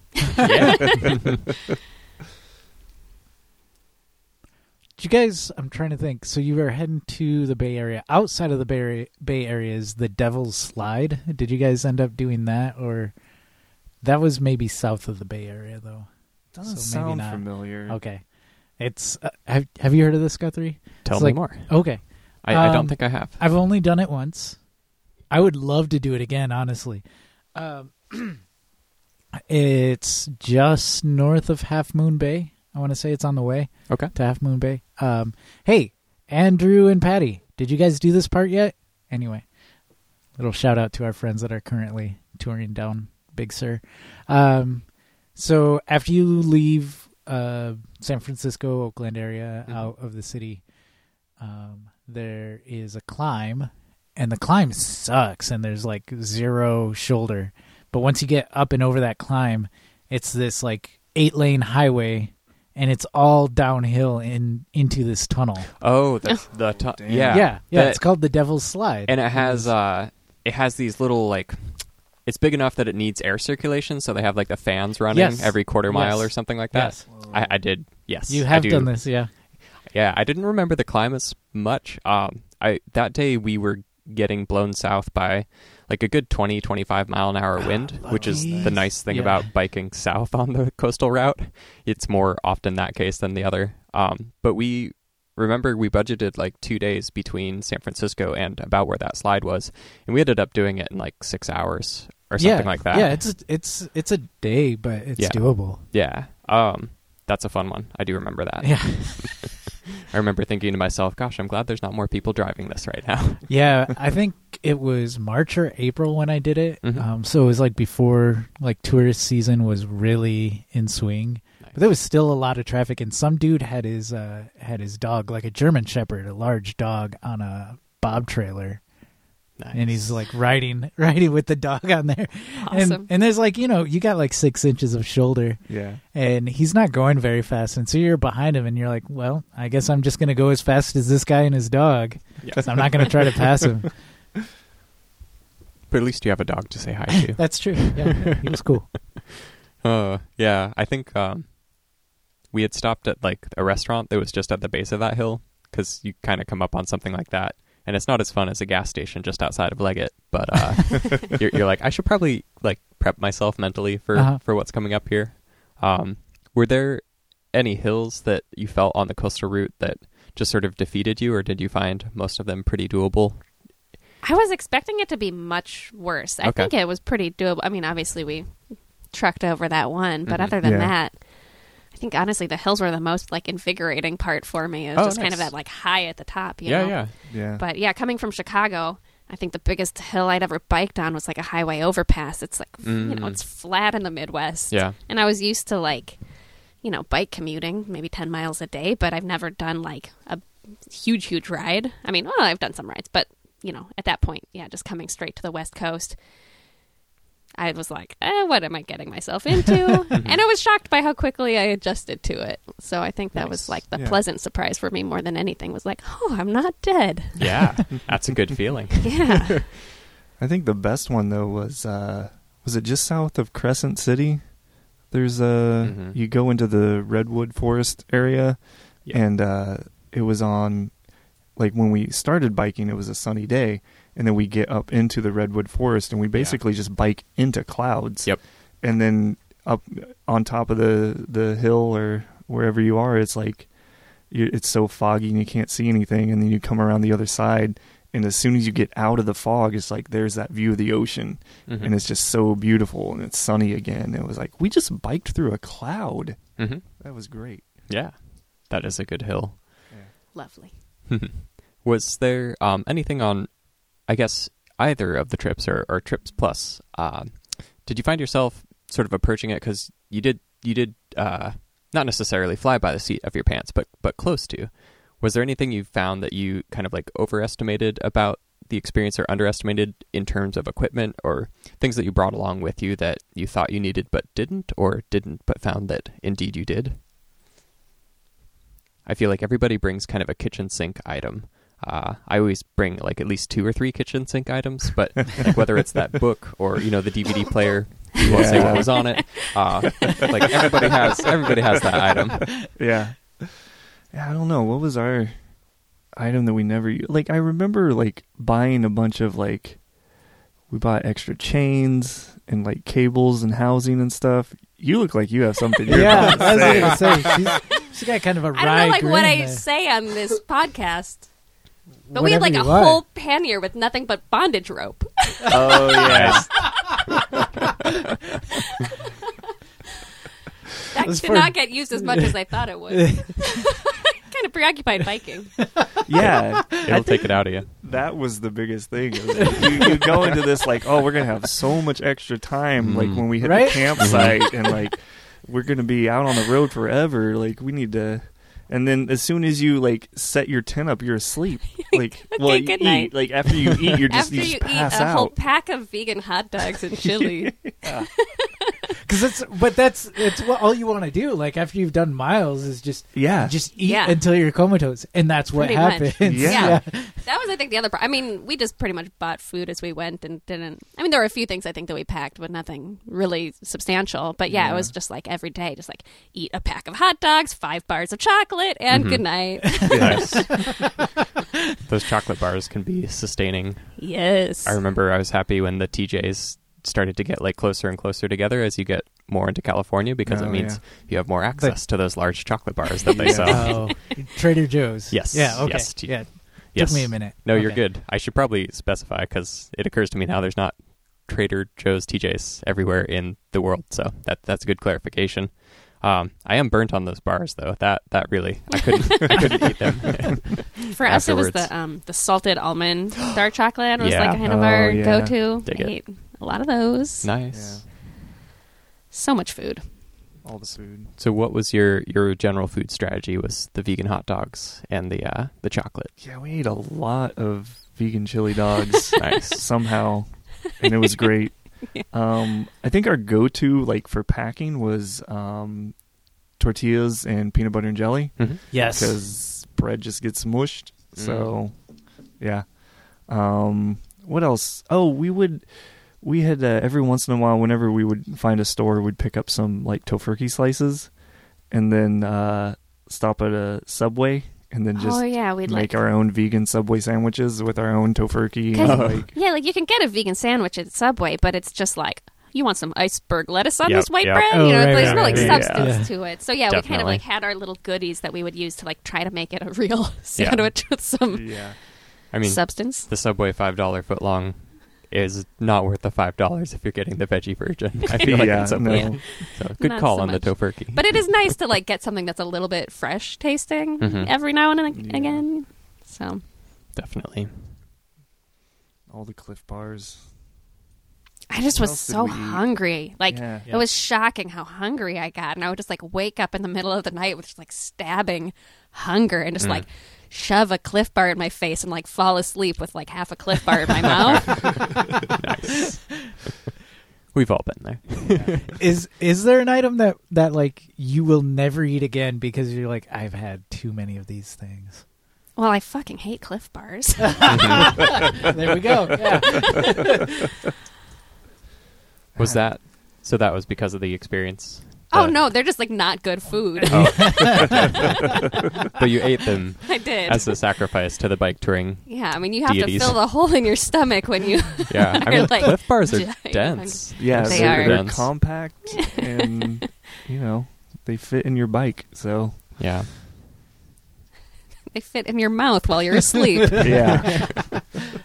S1: Did you guys i'm trying to think so you were heading to the bay area outside of the bay area, bay area is the devil's slide did you guys end up doing that or that was maybe south of the bay area though
S2: Doesn't
S1: So maybe
S2: sound
S1: not.
S4: Mm-hmm.
S2: familiar.
S1: okay it's uh, have, have you heard of this guthrie
S4: tell
S1: It's
S4: me
S1: like-
S4: more.
S1: okay
S4: I, I
S1: um,
S4: don't think I have.
S1: I've only done it once. I would love to do it again, honestly. Um, it's just north of Half Moon Bay. I want to say it's on the way
S4: Okay.
S1: to Half Moon Bay. Um, hey, Andrew and Patty, did you guys do this part yet? Anyway, little shout out to our friends that are currently touring down Big Sur. Um, so after you leave uh, San Francisco, Oakland area,
S4: Mhm.
S1: out of the city, um, there is a climb, and the climb sucks, and there's like zero shoulder. But once you get up and over that climb, it's this like eight lane highway, and it's all downhill in into this tunnel.
S4: Oh, the, the tu-
S2: damn.
S4: yeah,
S1: yeah, yeah,
S4: That-
S1: it's called the Devil's Slide,
S4: and it has uh, it has these little like, it's big enough that it needs air circulation, so they have like the fans running
S1: Yes.
S4: every quarter mile
S1: Yes.
S4: or something like that.
S1: Yes.
S4: I, I did. Yes,
S1: You
S4: I
S1: have
S4: do.
S1: done this, yeah.
S4: Yeah, I didn't remember the climb as much. Um, I that day we were getting blown south by like a good 20 25 mile an hour wind which is the
S1: Jeez.
S4: nice thing
S1: Ah, Yeah.
S4: about biking south on the coastal route it's more often that case than the other um, but we remember we budgeted like two days between san francisco and about where that slide was and we ended up doing it in like six hours or something
S1: yeah,
S4: like that
S1: Yeah, it's it's it's a day, but it's
S4: Yeah.
S1: doable.
S4: yeah um, that's a fun one i do remember that
S1: Yeah,
S4: i remember thinking to myself gosh i'm glad there's not more people driving this right now
S1: yeah. I think it was March or April when I did it.
S4: Mhm.
S1: Um, so it was like before like tourist season was really in swing. But there was still a lot of traffic, and some dude had his uh, had his dog, like a German Shepherd, a large dog, on a bob trailer,
S4: Nice.
S1: and he's like riding riding with the dog on there.
S3: Awesome.
S1: And and there's like you know you got like six inches of shoulder,
S2: Yeah.
S1: and he's not going very fast. And so you're behind him, and you're like, "Well, I guess I'm just going to go as fast as this guy and his dog.
S4: Yeah.
S1: I'm not going to try to pass him."
S4: But at least you have a dog to say hi to.
S1: That's true. Yeah, he was cool.
S4: uh, yeah, I think um, we had stopped at like a restaurant that was just at the base of that hill because you kind of come up on something like that, and it's not as fun as a gas station just outside of Leggett. But uh, you're, you're like, I should probably like prep myself mentally for
S1: Uh-huh.
S4: for what's coming up here. Um, were there any hills that you felt on the coastal route that just sort of defeated you, or did you find most of them pretty doable?
S3: I was expecting it to be much worse. I
S4: Okay.
S3: think it was pretty doable. I mean, obviously we trucked over that one, but
S4: Mhm.
S3: other than
S2: Yeah.
S3: that, I think honestly the hills were the most like invigorating part for me. It was
S4: Oh,
S3: just kind of
S4: nice.
S3: that like high at the top, you
S4: yeah,
S3: know.
S4: yeah.
S2: Yeah.
S3: But yeah, coming from Chicago, I think the biggest hill I'd ever biked on was like a highway overpass. It's like you know,
S4: Mm.
S3: it's flat in the Midwest.
S4: Yeah.
S3: And I was used to like, you know, bike commuting, maybe 10 miles a day, but I've never done like a huge, huge ride. I mean, well, I've done some rides, but, you know, at that point, yeah, just coming straight to the West Coast, I was like, eh, what am I getting myself into? and I was shocked by how quickly I adjusted to it. So I think that was
S4: Nice.
S3: like the
S2: Yeah.
S3: pleasant surprise for me more than anything was like, oh, I'm not dead.
S4: Yeah, that's a good feeling.
S3: Yeah.
S2: I think the best one though was uh was it just south of Crescent City? There's a
S4: Mhm.
S2: you go into the redwood forest area
S4: Yeah.
S2: and uh it was on like when we started biking it was a sunny day and then we get up into the redwood forest and we basically just bike into clouds.
S4: Yep.
S2: And then up on top of the the hill or wherever you are it's like you it's so foggy and you can't see anything and then you come around the other side And as soon as you get out of the fog, it's like there's that view of the ocean,
S4: Mhm.
S2: and it's just so beautiful, and it's sunny again. It was like we just biked through a cloud.
S4: Mhm.
S2: That was great.
S4: Yeah, that is a good hill.
S3: Lovely.
S4: Was there um, anything on, I guess, either of the trips or, or trips plus? Uh, did you find yourself sort of approaching it because you did you did uh, not necessarily fly by the seat of your pants, but but close to? Was there anything you found that you kind of like overestimated about the experience or underestimated in terms of equipment or things that you brought along with you that you thought you needed but didn't, or didn't but found that indeed you did? I feel like everybody brings kind of a kitchen sink item. Uh, I always bring like at least two or three kitchen sink items, but like, whether it's that book or you know the DVD player, you won't say
S2: Yeah.
S4: what was on it. Uh, like everybody has, everybody has that item.
S2: yeah. Yeah, I don't know. What was our item that we never u- like I remember like buying a bunch of like we bought extra chains and like cables and housing and stuff. You look like you have something you're
S1: yeah,
S2: about to
S1: I was
S2: say.
S1: gonna say she's, she's got kind of a
S3: I
S1: wry
S3: don't know like
S1: grin
S3: what I
S1: there.
S3: say on this podcast, but
S1: Whatever
S3: we had like
S1: you
S3: a
S1: want.
S3: whole pannier with nothing but bondage rope.
S4: Oh yes,
S3: That
S1: was
S3: did
S1: for-
S3: not get used as much as I thought it would. kind of preoccupied biking.
S2: Yeah.
S4: it'll take it out of you.
S2: That was the biggest thing. It was like, you, you go into this like, oh, we're gonna have so much extra time, like
S4: Mm.
S2: when we hit
S1: Right?
S2: the campsite, and like we're gonna be out on the road forever. Like we need to. And then as soon as you like set your tent up, you're asleep. Like well, you
S3: good
S2: eat.
S3: night.
S2: Like after you eat, you're just
S3: After
S2: you,
S3: you
S2: just
S3: eat
S2: pass
S3: a
S2: out.
S3: whole pack of vegan hot dogs and chili,
S1: Cause it's, but that's it's what all you want to do. Like after you've done miles, is just
S2: yeah,
S1: just eat
S3: Yeah.
S1: until you're comatose, and that's what
S3: Pretty much.
S1: happens.
S2: Yeah.
S3: that was I think the other part. I mean, we just pretty much bought food as we went and didn't. I mean, there were a few things I think that we packed, but nothing really substantial. But yeah,
S2: Yeah.
S3: it was just like every day, just like eat a pack of hot dogs, five bars of chocolate, and
S2: Mm-hmm.
S4: Mhm.
S3: good night.
S4: Nice. Those chocolate bars can be sustaining.
S3: yes,
S4: I remember I was happy when the TJs started to get like closer and closer together as you get more into California because
S2: Oh,
S4: it means you have more access
S1: But-
S4: to those large chocolate bars that they sell.
S1: Oh, Trader Joe's.
S4: Yes.
S1: Yeah. Okay.
S4: Yes.
S1: Yeah.
S4: Yes.
S1: Took me a minute.
S4: No, you're
S1: Okay.
S4: good. I should probably specify because it occurs to me now there's not Trader Joe's TJs everywhere in the world, so that that's a good clarification. Um, I am burnt on those bars though. That that really I couldn't I couldn't eat them.
S3: For us, it was
S4: afterwards.
S3: the um, the salted almond dark chocolate was
S4: Yeah.
S3: like kind of
S2: Oh,
S3: our
S2: yeah.
S3: go to.
S4: Dig
S3: I
S4: it.
S3: ate a lot of those.
S4: nice.
S3: So much food.
S2: all the food.
S4: So what was your your general food strategy? Was the vegan hot dogs and the uh, the chocolate?
S2: Yeah, we ate a lot of vegan chili dogs.
S4: Nice.
S2: somehow, and it was great. Um, I think our go-to like for packing was um, tortillas and peanut butter and jelly
S4: Mhm.
S1: Yes.
S2: because bread just gets mushed.
S3: Mm-hmm.
S2: So, yeah. Um, what else? Oh, we would. We had uh, every once in a while, whenever we would find a store, we'd pick up some like tofurkey slices, and then uh, stop at a Subway, and then just
S3: oh yeah, we'd
S2: make
S3: like
S2: our own vegan Subway sandwiches with our own tofurkey. And,
S3: Cause-
S2: like,
S3: yeah, like you can get a vegan sandwich at Subway, but it's just like you want some iceberg lettuce on
S4: Yep,
S3: this white
S4: yep.
S3: bread.
S1: Oh,
S3: you know,
S1: right,
S3: there's
S1: right,
S3: no like
S2: right, yeah.
S3: substance to it. So yeah, we kind
S4: Definitely.
S3: of like had our little goodies that we would use to like try to make it a real sandwich with some
S2: yeah.
S4: I mean,
S3: substance.
S4: the Subway five dollar foot long is not worth the five dollars if you're getting the veggie version. I feel like
S2: yeah,
S4: in Subway.
S2: no.
S4: So good
S3: Not
S4: call
S3: so
S4: on the
S3: much.
S4: tofurkey.
S3: But it is nice to like get something that's a little bit fresh tasting
S4: Mhm.
S3: every now and ag-
S2: Yeah.
S3: again. So
S4: Definitely.
S2: all the cliff bars.
S3: I just
S2: What
S3: was
S2: else did
S3: so
S2: we eat?
S3: hungry. Like
S2: yeah.
S1: Yeah.
S3: It was shocking how hungry I got, and I would just like wake up in the middle of the night with just like stabbing hunger, and just
S4: Mm.
S3: like shove a Cliff Bar in my face and like fall asleep with like half a Cliff Bar in my mouth.
S4: Nice. We've all been there.
S1: Is is there an item that that like you will never eat again because you're like I've had too many of these things?
S3: well, I fucking hate Cliff Bars.
S1: there we go. Yeah.
S4: Was that so? That was because of the experience.
S3: oh
S4: The-
S3: no, they're just like not good food.
S2: Oh.
S4: Oh. But you ate them
S3: I did.
S4: as a sacrifice to the bike touring.
S3: yeah, I mean you have
S4: Deities.
S3: to fill the hole in your stomach when you.
S4: Yeah, I
S3: You're
S4: mean,
S3: like,
S4: Cliff bars are
S3: giant
S4: dense.
S2: Yeah,
S3: They
S2: they're,
S3: are.
S2: they're
S4: dense.
S2: compact and you know they fit in your bike. So
S4: Yeah,
S3: they fit in your mouth while you're asleep.
S2: yeah,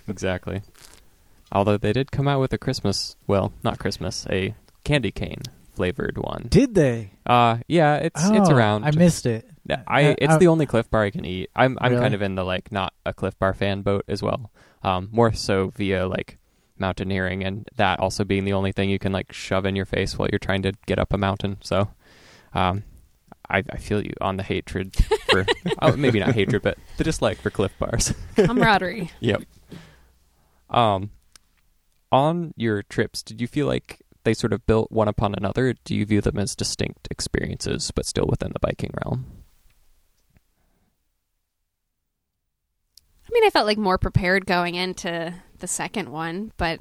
S4: exactly. Although they did come out with a Christmas, well, not Christmas, a candy cane flavored one.
S1: Did they?
S4: Uh yeah, it's it's
S1: Oh,
S4: around.
S1: I missed it.
S4: Yeah, I
S1: Uh,
S4: it's
S1: uh,
S4: the only Cliff Bar I can eat. I'm I'm
S1: Really?
S4: kind of in the like not a Cliff Bar fan boat as well. Um, more so via like mountaineering and that also being the only thing you can like shove in your face while you're trying to get up a mountain. So, um, I I feel you on the hatred for oh, maybe not hatred, but the dislike for Cliff Bars.
S3: Camaraderie.
S4: yep. Um, on your trips, did you feel like they sort of built one upon another? Do you view them as distinct experiences, but still within the biking realm?
S3: I mean, I felt like more prepared going into the second one, but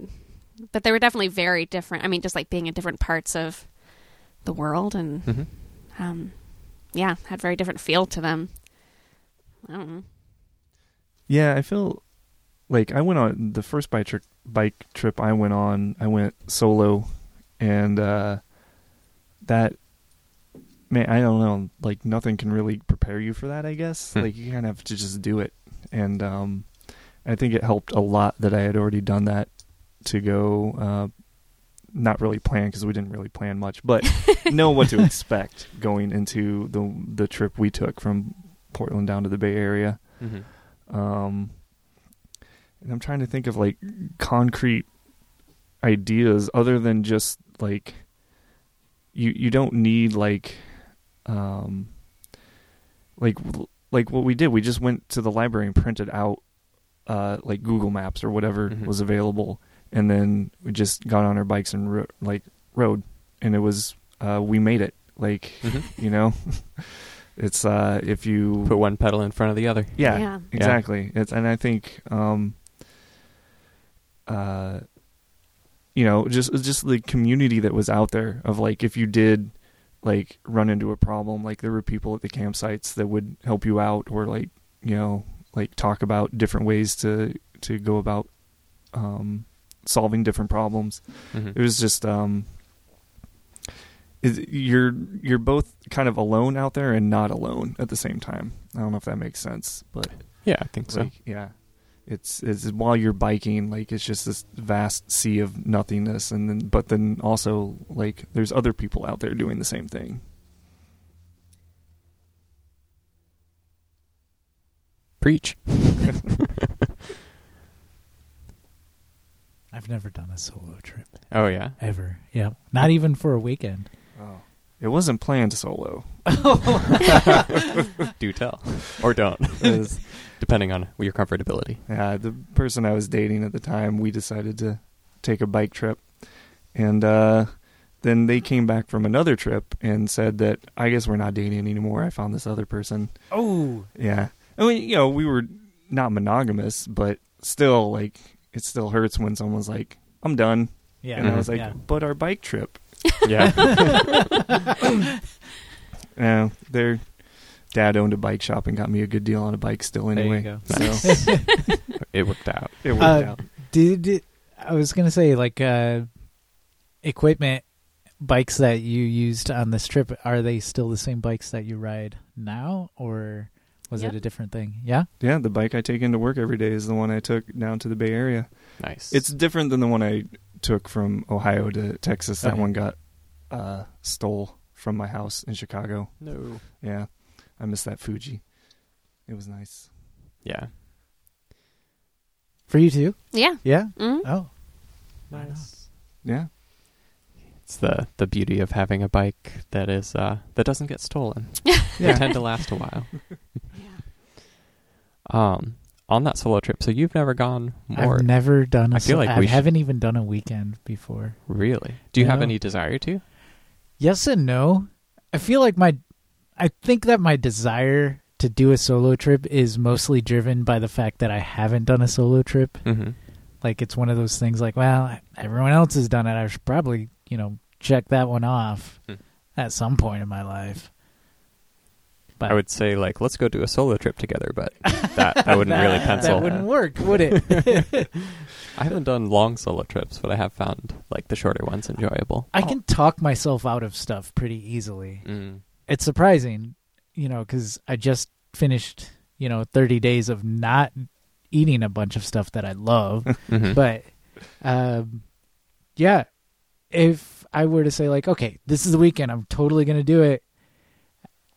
S3: but they were definitely very different. I mean, just like being in different parts of the world, and
S4: Mm-hmm.
S3: um, yeah, had very different feel to them. I don't know.
S2: Yeah, I feel like I went on the first bike trip. Bike trip I went on, I went solo, and uh, that man, I don't know. Like nothing can really prepare you for that. I guess
S4: Hmm.
S2: like you kind of have to just do it, and um, I think it helped a lot that I had already done that to go. Uh, not really plan because we didn't really plan much, but know what to expect going into the the trip we took from Portland down to the Bay Area.
S4: Mm-hmm.
S2: Um, and I'm trying to think of like concrete ideas other than just like you you don't need like um like like what we did we just went to the library and printed out uh like Google Maps or whatever
S4: Mhm.
S2: was available and then we just got on our bikes and ro- like rode and it was uh we made it like
S4: Mm-hmm.
S2: you know it's uh if you
S4: Put one pedal in front of the other.
S2: yeah
S3: yeah.
S2: exactly it's and i think um uh you know just just the community that was out there of like if you did like run into a problem like there were people at the campsites that would help you out or like you know like talk about different ways to to go about um solving different problems
S4: Mm-hmm.
S2: it was just um is you're you're both kind of alone out there and not alone at the same time i don't know if that makes sense but
S4: Yeah, I think so.
S2: like, yeah. It's it's while you're biking, like it's just this vast sea of nothingness, and then but then also like there's other people out there doing the same thing.
S4: Preach.
S1: I've never done a solo trip
S4: Oh yeah.
S1: ever. Yeah, not even for a weekend. Oh,
S2: Oh. It wasn't planned solo.
S4: Do tell or don't,
S2: It was-
S4: depending on your comfortability.
S2: yeah, the person I was dating at the time, we decided to take a bike trip, and uh, then they came back from another trip and said that I guess we're not dating anymore. I found this other person,
S1: Oh,
S2: Yeah. I mean, you know, we were not monogamous, but still, like, it still hurts when someone's like, I'm done.
S1: yeah. Mm-hmm.
S2: and I was like,
S1: yeah.
S2: but our bike trip.
S4: Yeah.
S2: Uh, their dad owned a bike shop and got me a good deal on a bike still
S1: There you
S2: anyway.
S1: go.
S2: So
S4: it worked out.
S2: it worked
S1: Uh,
S2: out.
S1: did it, I was gonna say like uh, equipment bikes that you used on this trip? Are they still the same bikes that you ride now, or was
S3: Yep.
S1: it a different thing? Yeah.
S2: Yeah, the bike I take into work every day is the one I took down to the Bay Area.
S4: Nice.
S2: It's different than the one I took from Ohio to Texas. That
S1: Okay.
S2: one got uh, stole from my house in Chicago.
S4: no.
S2: Yeah. I miss that Fuji. It was nice.
S4: Yeah.
S1: For you too.
S3: Yeah.
S1: Yeah.
S3: Mhm.
S1: Oh, Why
S4: Nice.
S2: Yeah.
S4: It's the the beauty of having a bike that is uh, that doesn't get stolen. They tend to last a while.
S3: Yeah.
S4: Um, on that solo trip, so you've never gone more,
S1: I've never done. I
S4: I feel like
S1: I
S4: we should-
S1: haven't even done a weekend before.
S4: really? Do you have
S1: No.
S4: any desire to?
S1: Yes and no. I feel like my I think that my desire to do a solo trip is mostly driven by the fact that I haven't done a solo trip.
S4: Mm-hmm.
S1: Like it's one of those things like, well, everyone else has done it. I should probably, you know, check that one off
S4: Hmm.
S1: at some point in my life. But
S4: I would say like let's go do a solo trip together, but that that wouldn't really
S1: that
S4: pencil.
S1: wouldn't work, would it?
S4: I haven't done long solo trips, but I have found like the shorter ones enjoyable.
S1: I can talk myself out of stuff pretty easily.
S4: Mm.
S1: it's surprising, you know, because I just finished, you know, 30 days of not eating a bunch of stuff that I love.
S4: Mhm.
S1: but um, yeah, if I were to say like, okay, this is the weekend, I'm totally gonna do it,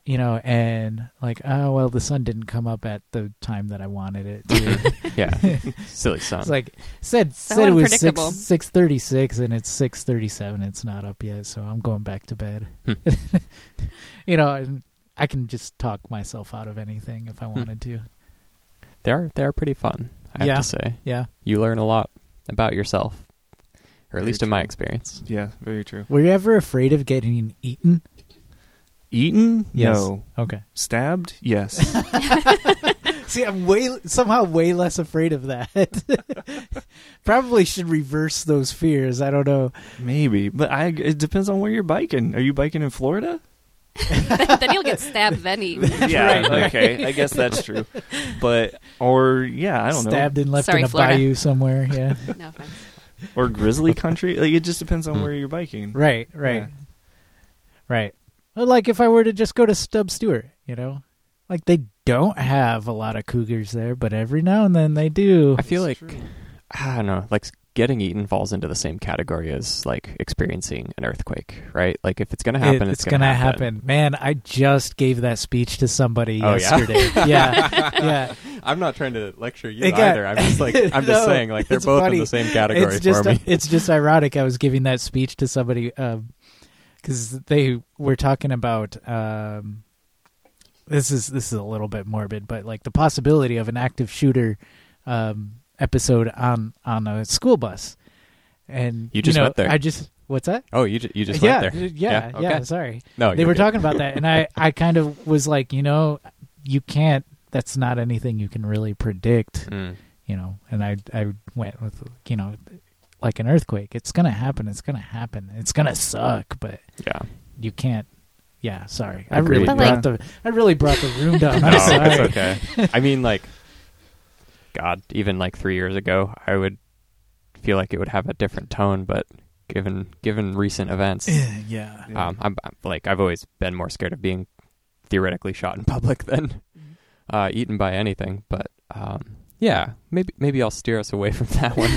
S1: you know, and like, oh well, the sun didn't come up at the time that I wanted it. To.
S4: yeah, silly son.
S1: it's like said
S3: So
S1: said it was six
S3: unpredictable.
S1: six thirty six, and it's six thirty seven. It's not up yet, so I'm going back to bed.
S4: Hmm.
S1: you know, and I can just talk myself out of anything if I wanted to.
S4: they are they are pretty fun. I
S1: Yeah.
S4: have to say,
S1: Yeah.
S4: you learn a lot about yourself, or at
S2: Very
S4: least in my
S2: true.
S4: experience.
S2: Yeah, very true.
S1: Were you ever afraid of getting eaten?
S2: Eaten?
S1: Yes.
S2: No.
S1: Okay.
S2: Stabbed? Yes.
S1: See, I'm way somehow way less afraid of that. Probably should reverse those fears. I don't know.
S2: Maybe, but I it depends on where you're biking. Are you biking in Florida?
S3: then you'll get stabbed then eaten.
S2: Yeah,
S4: Right.
S2: okay. I guess that's true. But or yeah, I don't
S1: Stabbed and left
S3: Sorry,
S1: in a
S3: Florida.
S1: bayou somewhere. Yeah.
S3: No offense.
S2: know. Or grizzly country? Like it just depends on
S4: Hmm.
S2: where you're biking.
S1: right. Right.
S2: Yeah.
S1: Right. Well, Like if I were to just go to Stub Stewart, you know, like they don't have a lot of cougars there, but every now and then they do.
S4: I feel
S2: It's
S4: like
S2: true.
S4: I don't know, like getting eaten falls into the same category as like experiencing an earthquake, right? Like if it's gonna
S1: It-
S4: happen,
S1: it's
S4: it's, gonna, happen.
S1: man. I just gave that speech to somebody
S4: Oh, yeah?
S1: yesterday. Yeah, yeah.
S4: I'm not trying to lecture you
S1: It got-
S4: either. I'm just like I'm just
S1: No,
S4: saying like they're
S1: it's
S4: both
S1: funny.
S4: in the same category
S1: it's just
S4: for me.
S1: it's just ironic. I was giving that speech to somebody because they were talking about um, this is this is a little bit morbid, but like the possibility of an active shooter um, episode on on a school bus. And
S4: You just
S1: know,
S4: went there.
S1: I just what's that?
S4: oh, you ju- you just
S1: yeah,
S4: went there.
S1: yeah,
S4: Yeah,
S1: yeah.
S4: okay.
S1: Sorry,
S4: No,
S1: they
S4: you're
S1: were
S4: good.
S1: talking about that, and I I kind of was like, you know, you can't. That's not anything you can really predict
S4: Mm.
S1: you know and i i went with you know like an earthquake it's gonna happen it's gonna happen it's gonna suck but
S4: Yeah,
S1: you can't yeah sorry i
S4: Agreed.
S1: really
S3: But,
S1: brought the i really brought the room down i'm
S4: no,
S1: sorry
S4: it's okay. I mean, like, God, even like three years ago, I would feel like it would have a different tone, but given given recent events,
S1: yeah
S2: Yeah.
S4: um, I'm, I'm like I've always been more scared of being theoretically shot in public than uh, eaten by anything. But um, yeah, maybe maybe I'll steer us away from that one.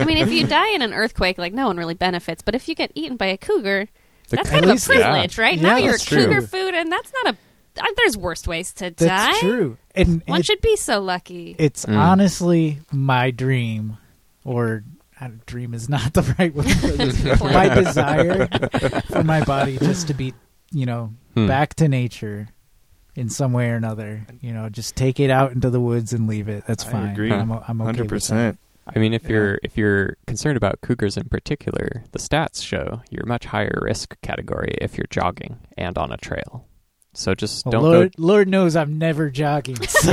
S3: I mean, if you die in an earthquake, like no one really benefits. But if you get eaten by a cougar,
S4: The
S3: that's
S4: cou-
S3: kind of a
S1: least that-
S3: privilege, right?
S1: Yeah,
S3: now you're
S1: that's
S4: true.
S3: cougar food, and that's not a. uh, There's worse ways to die.
S1: that's true and
S3: One
S1: it-
S3: should be so lucky.
S1: it's
S4: Mm.
S1: honestly my dream or uh, dream is not the right word but it's my desire for my body just to be you know
S4: Hmm.
S1: back to nature in some way or another. You know, just take it out into the woods and leave it. That's
S2: I
S1: fine.
S2: agree.
S1: I'm, o- I'm okay
S2: Hundred
S1: with that.
S2: percent.
S4: I mean, if
S2: Yeah.
S4: you're if you're concerned about cougars in particular, the stats show you're much higher risk category if you're jogging and on a trail. So just
S1: Well,
S4: don't
S1: Lord, Lord knows I'm never jogging. So.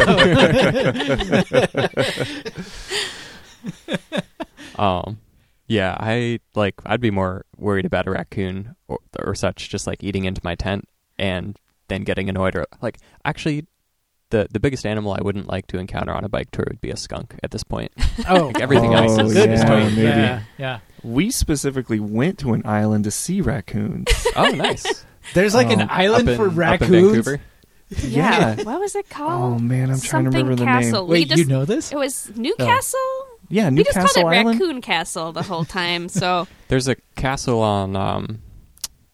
S4: go. Um, yeah, I like I'd be more worried about a raccoon or or such just like eating into my tent and then getting annoyed or like actually. The, the biggest animal I wouldn't like to encounter on a bike tour would be a skunk at this point.
S1: oh,
S4: Like everything
S2: Oh,
S4: else is
S1: good
S4: is
S2: yeah,
S1: point.
S4: totally-
S2: maybe.
S1: Yeah, yeah.
S2: We specifically went to an island to see raccoons.
S4: Oh, nice.
S1: There's like an
S2: Um,
S1: island
S4: Oh. Up in-
S1: for
S4: up in
S1: raccoons.
S4: Vancouver.
S2: Yeah.
S3: What was it
S2: oh
S3: called?
S2: man, I'm trying
S3: Something
S2: to remember the
S3: Castle.
S2: name.
S3: We
S1: Wait,
S3: just,
S1: you know this?
S3: It was Newcastle.
S2: Oh. Yeah,
S3: we just
S2: Newcastle
S3: called it
S2: Island.
S3: Raccoon Castle the whole time. So
S4: There's a castle on um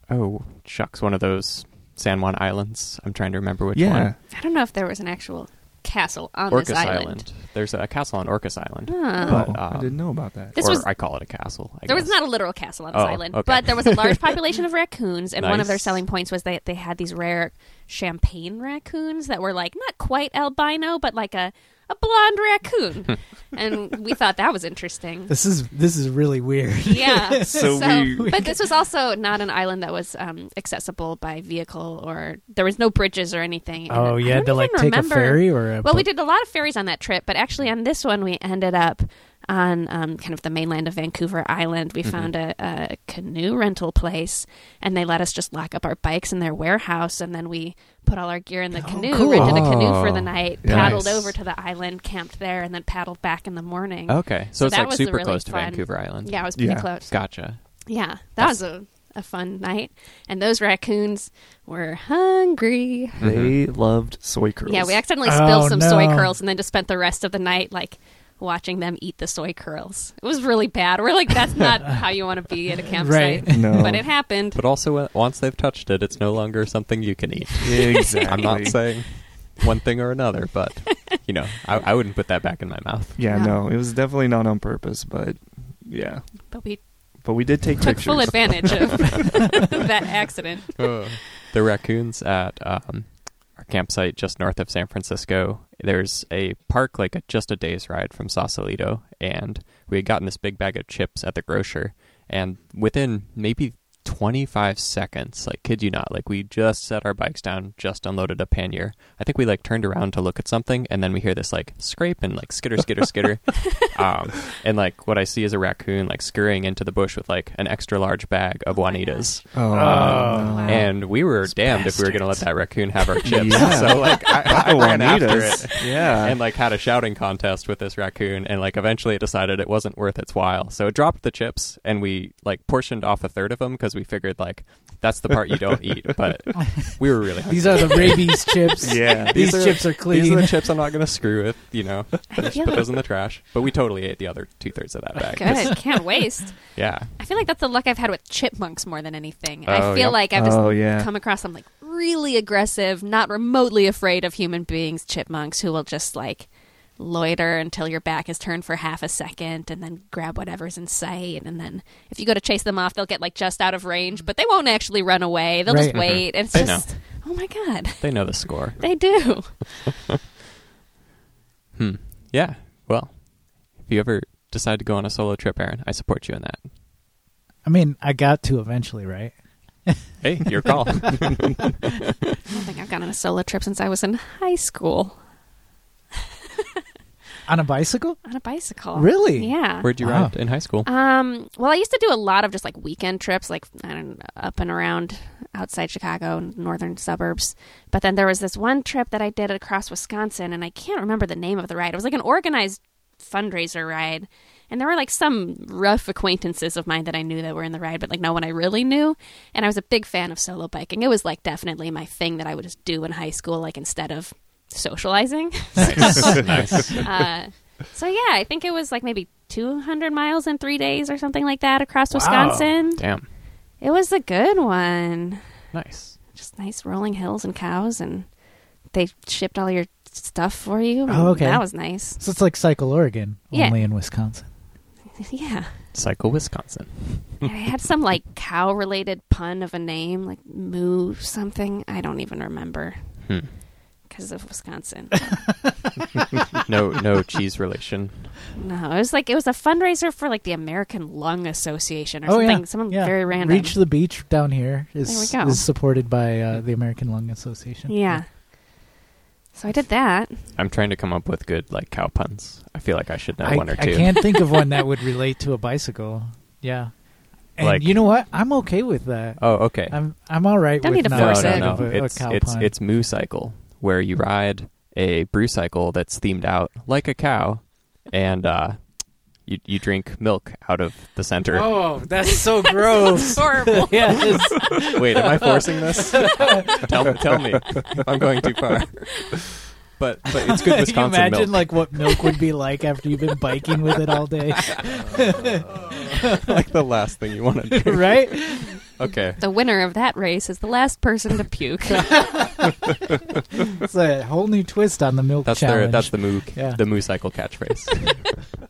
S4: oh shucks, one of those San Juan Islands. I'm trying to remember which
S2: yeah,
S4: one.
S3: I don't know if there was an actual castle on
S4: Orcas
S3: this
S4: Island. There's a castle on Orcas Island.
S3: Huh.
S2: Oh,
S4: But,
S2: I
S4: um,
S2: didn't know about that.
S3: This
S4: or
S3: was-
S4: I call it a castle. I
S3: There was
S4: guess.
S3: not a literal castle on this
S4: Oh,
S3: island,
S4: okay.
S3: but there was a large population of raccoons, and one of their
S4: Nice.
S3: selling points was that they had these rare champagne raccoons that were like not quite albino, but like a, a blonde raccoon. and we thought that was interesting.
S1: This is this is really weird.
S3: Yeah.
S2: So we-
S3: but this was also not an island that was um, accessible by vehicle or there was no bridges or anything. And
S1: Oh,
S3: I
S1: you had
S3: don't
S1: to like
S3: even
S1: take a
S3: remember-
S1: ferry or a
S3: Well, we
S1: boat?
S3: did a lot of ferries on that trip, but actually on this one we ended up on um, kind of the mainland of Vancouver Island.
S1: Mm-hmm.
S3: We found a, a canoe rental place, and they let us just lock up our bikes in their warehouse, and then we put all our gear in the canoe,
S1: Oh, cool.
S3: rented a canoe for
S4: Oh,
S3: the night,
S2: nice.
S3: paddled over to the island, camped there, and then paddled back in the morning.
S1: Oh.
S4: Okay. So,
S3: Mm-hmm. So
S4: it's
S3: that
S4: like
S3: was the
S4: super
S3: really
S4: close to
S3: fun-
S4: Vancouver Island.
S3: Yeah, it was pretty
S2: Yeah.
S3: close.
S4: Gotcha.
S3: Yeah, that
S4: That's-
S3: was a a fun night. And those raccoons were hungry.
S2: They loved soy curls.
S3: Yeah, we accidentally spilled
S1: Oh,
S3: some soy
S1: no.
S3: curls and then just spent the rest of the night like watching them eat the soy curls. It was really bad. We're like, that's not how you want to be at a campsite.
S1: Right.
S2: No.
S3: But it happened.
S4: But also, uh, once they've touched it, it's no longer something you can eat.
S2: exactly.
S4: I'm not saying one thing or another, but you know, I, I wouldn't put that back in my mouth.
S2: Yeah,
S3: No.
S2: no. it was definitely not on purpose, but yeah.
S3: But we
S2: But we did take
S3: took
S2: pictures.
S3: full advantage of that accident.
S4: the raccoons at um, our campsite just north of San Francisco. There's a park like a, just a day's ride from Sausalito, and we had gotten this big bag of chips at the grocer, and within maybe 25 seconds, like kid you not, like we just set our bikes down, just unloaded a pannier. I think we like turned around to look at something, and then we hear this like scrape and like skitter, skitter, skitter, um, and like what I see is a raccoon like scurrying into the bush with like an extra large bag of Juanitas.
S2: Oh,
S1: Oh.
S4: And we were damned if we were going to let that raccoon have our chips. So like I, I
S2: I
S4: ran after
S2: Juanitas.
S4: it
S2: Yeah.
S4: and like had a shouting contest with this raccoon and like eventually it decided it wasn't worth its while. So it dropped the chips and we like portioned off a third of them because we figured like that's the part you don't eat. But we were really hungry.
S1: These are the rabies chips.
S2: yeah.
S1: These,
S4: These are-
S1: chips are
S4: These
S1: clean.
S4: are the chips I'm not going to screw with, you know.
S3: I feel
S4: Put
S3: like
S4: those in the trash. But we totally ate the other two thirds of that bag. 'cause-
S3: good. Can't waste.
S4: Yeah.
S3: I feel like that's the luck I've had with chipmunks more than anything. I
S4: Oh,
S3: feel
S4: yeah.
S3: like I've just
S2: oh yeah.
S3: come across some like really aggressive, not remotely afraid of human beings, chipmunks who will just like loiter until your back is turned for half a second and then grab whatever's in sight and then if you go to chase them off they'll get like just out of range but they won't actually run away they'll
S1: Right.
S3: just
S1: Mhm.
S3: wait and it's
S4: They
S3: just oh my god
S4: They know the score.
S3: they do
S4: Hmm. Yeah. Well, if you ever decide to go on a solo trip, Aaron, I support you in that.
S1: I mean, I got to eventually, right?
S4: Hey, your call.
S3: i don't think i've gone on a solo trip since i was in high school
S1: On a bicycle?
S3: on a bicycle
S1: Really?
S3: yeah
S4: Where'd you
S1: Wow.
S4: ride in high school?
S1: Ah.
S3: Um, well, I used to do a lot of just like weekend trips, like I don't know, up and around outside Chicago, northern suburbs. But then there was this one trip that I did across Wisconsin, and I can't remember the name of the ride. It was like an organized fundraiser ride, and there were like some rough acquaintances of mine that I knew that were in the ride, but like no one I really knew. And I was a big fan of solo biking. It was like definitely my thing that I would just do in high school, like instead of socializing. Uh, so yeah, I think it was like maybe 200 miles in three days or something like that across Wisconsin.
S4: Damn.
S3: It was a good one.
S4: Nice.
S3: Just nice rolling hills and cows, and they shipped all your stuff for you.
S1: Oh, okay.
S3: That was nice.
S1: So it's like Cycle Oregon,
S3: Yeah.
S1: only in Wisconsin.
S3: Yeah.
S4: Cycle Wisconsin.
S3: And I had some like cow related pun of a name, like Moo something. I don't even remember
S4: Hmm.
S3: because of Wisconsin.
S4: No, no cheese relation.
S3: no, it was like it was a fundraiser for like the American Lung Association or
S1: oh
S3: something.
S1: yeah,
S3: Something
S1: yeah.
S3: very random.
S1: Reach the beach down here is
S3: There we go.
S1: is supported by uh, the American Lung Association.
S3: yeah. So I did that.
S4: I'm trying to come up with good like cow puns. I feel like I should know
S1: I,
S4: one or
S1: I
S4: two.
S1: can't think of one that would relate to a bicycle. Yeah, and
S4: Like-
S1: you know what? I'm okay with that.
S4: Oh, okay.
S1: I'm I'm all right
S3: Don't
S1: with
S3: need to
S1: not
S4: no,
S3: force
S4: no,
S3: it.
S1: thinking
S4: no.
S1: of a- a
S4: It's
S1: cow
S4: it's
S1: pun.
S4: it's moo cycle where you ride a brew cycle that's themed out like a cow, and uh, you you drink milk out of the center.
S1: oh, that's so gross.
S3: horrible.
S1: yeah, it's-
S4: Wait, am I forcing this? tell, tell me. I'm going too far. But but it's good
S1: Can you
S4: Wisconsin
S1: imagine
S4: milk.
S1: like what milk would be like after you've been biking with it all day,
S4: like the last thing you want to do.
S1: right?
S4: Okay.
S3: The winner of that race is the last person to puke.
S1: It's a whole new twist on the milk
S4: That's
S1: challenge.
S4: their that's the moo
S1: Yeah.
S4: the moo cycle catchphrase.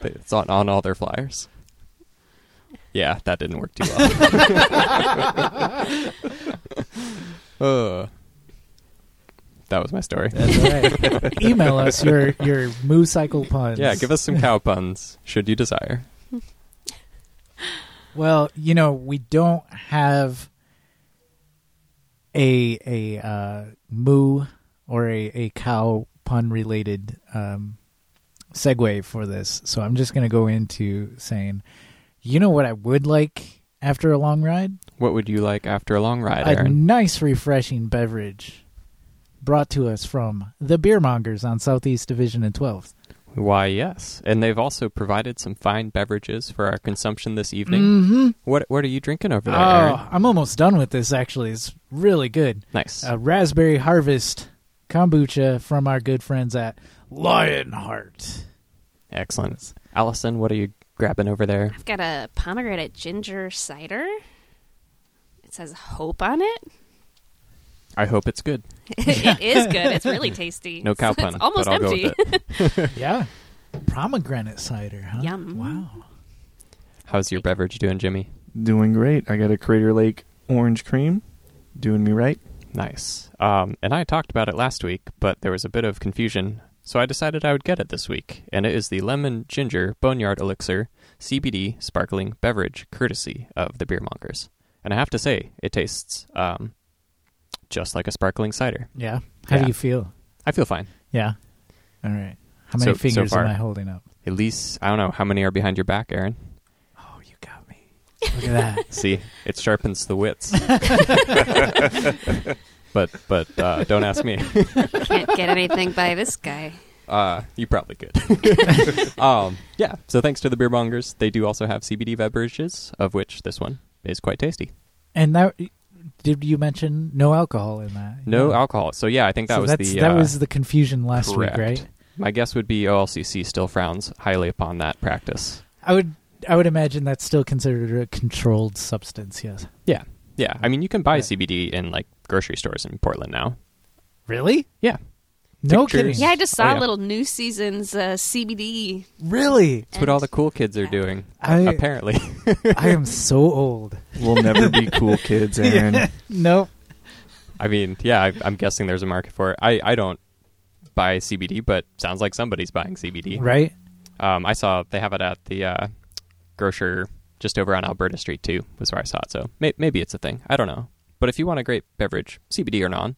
S4: But it's on, on all their flyers. Yeah, that didn't work too well. uh, that was my story.
S1: That's all right. Email us your your moo cycle puns.
S4: Yeah, give us some cow puns, should you desire.
S1: Well, you know, we don't have a a uh, moo or a, a cow pun related um, segue for this, so I'm just going to go into saying, you know what I would like after a long ride?
S4: What would you like after a long ride,
S1: a
S4: Aaron?
S1: nice, refreshing beverage brought to us from the beer mongers on Southeast Division and 12th.
S4: Why, yes. And they've also provided some fine beverages for our consumption this
S3: Mm.
S4: evening.
S1: Mm-hmm.
S4: What What are you drinking over
S1: Oh,
S4: there, Aaron?
S1: I'm almost done with this. Actually, it's really good.
S4: Nice.
S3: Uh,
S1: A raspberry harvest kombucha from our good friends at Lionheart.
S4: Excellent. Allison, what are you grabbing over there?
S3: I've got a pomegranate ginger cider. It says hope on it.
S4: I hope it's good.
S3: it is good. It's really tasty.
S4: No cow
S3: It's
S4: pun.
S3: almost
S4: but I'll
S3: empty.
S4: Go with it.
S1: yeah, pomegranate cider. Huh?
S3: Yum.
S1: Wow.
S4: How's your beverage doing, Jimmy?
S2: Doing great. I got a Crater Lake orange cream. Doing me right.
S4: Nice. Um, and I talked about it last week, but there was a bit of confusion, so I decided I would get it this week. And it is the Lemon Ginger Boneyard Elixir CBD Sparkling Beverage, courtesy of the Beer Mongers. And I have to say, it tastes um, just like a sparkling cider.
S1: Yeah. How
S4: Yeah.
S1: do you feel?
S4: I feel fine.
S1: Yeah. All right. How many
S4: So- so
S1: fingers
S4: far.
S1: am I holding up?
S4: At least, I don't know, how many are behind your back, Aaron?
S1: Oh, you got me. Look at that.
S4: See, it sharpens the wits. but but uh, don't ask me.
S3: Can't get anything by this guy.
S4: Uh, you probably could. um, yeah. So thanks to the beer mongers, they do also have CBD beverages, of which this one is quite tasty.
S1: And that did you mention no alcohol in that?
S4: No
S1: Yeah.
S4: alcohol. So yeah, I think that
S1: So
S4: was
S1: that's,
S4: the.
S1: that
S4: uh,
S1: was the confusion last
S4: correct.
S1: week, right?
S4: My guess would be OLCC still frowns highly upon that practice.
S1: I would I would imagine that's still considered a controlled substance. Yes.
S4: Yeah. Yeah. I mean, you can buy
S1: Right.
S4: CBD in like grocery stores in Portland now.
S1: Really?
S4: Yeah.
S1: No
S4: Pictures.
S1: kidding.
S3: Yeah, I just saw
S4: Oh, yeah.
S3: little new season's uh, CBD.
S1: Really?
S4: That's what all the cool kids are doing,
S1: I-
S4: apparently.
S1: I am so old.
S2: We'll never be cool kids, Aaron.
S1: Nope.
S4: I mean, yeah, I, I'm guessing there's a market for it. I, I don't buy CBD, but sounds like somebody's buying CBD.
S1: Right?
S4: Um, I saw they have it at the uh, grocer just over on Alberta Street too. Was where I saw it. So may- maybe it's a thing. I don't know. But if you want a great beverage, CBD or non,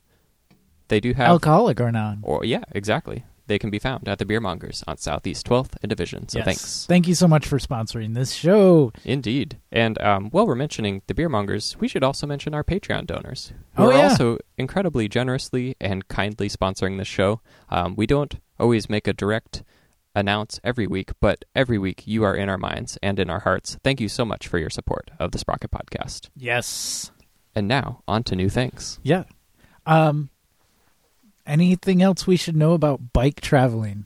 S4: they do have.
S1: Alcoholic or not?
S4: Or yeah, exactly. They can be found at the beer mongers on Southeast 12th and Division. So
S1: Yes.
S4: thanks.
S1: Thank you so much for sponsoring this show.
S4: Indeed. And um, while we're mentioning the beer mongers, we should also mention our Patreon donors, who
S1: Oh,
S4: are
S1: yeah.
S4: also incredibly generously and kindly sponsoring this show. Um, we don't always make a direct announce every week, but every week you are in our minds and in our hearts. Thank you so much for your support of the Sprocket Podcast.
S1: Yes.
S4: And now, on to new things.
S1: Yeah. Um anything else we should know about bike traveling?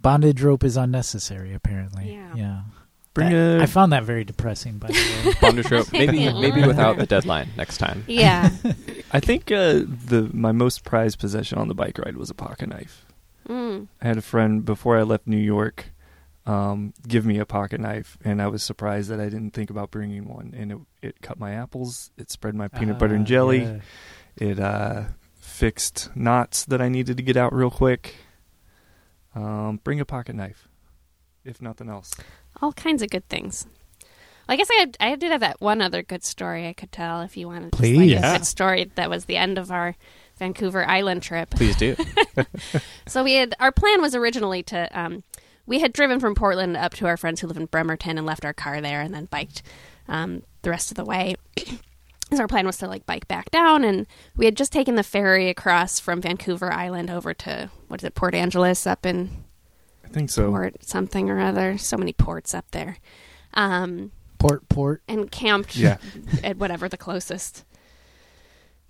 S1: Bondage rope is unnecessary apparently.
S3: Yeah.
S1: yeah.
S2: Bring
S1: That-
S2: a-
S1: I found that very depressing by the way.
S4: Bondage rope, maybe,
S3: Yeah.
S4: maybe without the deadline next time.
S3: Yeah.
S2: I think uh, the my most prized possession on the bike ride was a pocket knife.
S3: Mm.
S2: I had a friend before I left New York um, give me a pocket knife, and I was surprised that I didn't think about bringing one. And it, it cut my apples, it spread my peanut butter
S1: Ah,
S2: and jelly,
S1: yeah.
S2: it uh, fixed knots that I needed to get out real quick. Um, bring a pocket knife, if nothing else.
S3: All kinds of good things. Well, I guess I, had, I did have that one other good story I could tell if you wanted. just, like,
S1: Please.
S3: a
S1: Yeah.
S3: good story that was the end of our Vancouver Island trip.
S4: Please do.
S3: So we had our plan was originally to um, we had driven from Portland up to our friends who live in Bremerton and left our car there and then biked um, the rest of the way. so our plan was to like bike back down and we had just taken the ferry across from Vancouver Island over to what is it Port Angeles up in
S2: I think so.
S3: Port something or other. So many ports up there. Um,
S1: Port port.
S3: and camped
S2: Yeah.
S3: at whatever the closest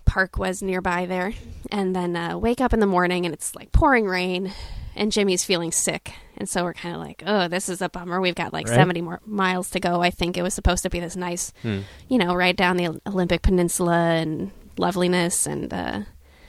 S3: park was nearby there. And then uh, wake up in the morning and it's like pouring rain, and Jimmy's feeling sick. And so we're kind of like, oh, this is a bummer. We've got like
S1: Right.
S3: 70 more miles to go. I think it was supposed to be this nice,
S4: Hmm.
S3: you know, ride down the Olympic Peninsula and loveliness. And uh,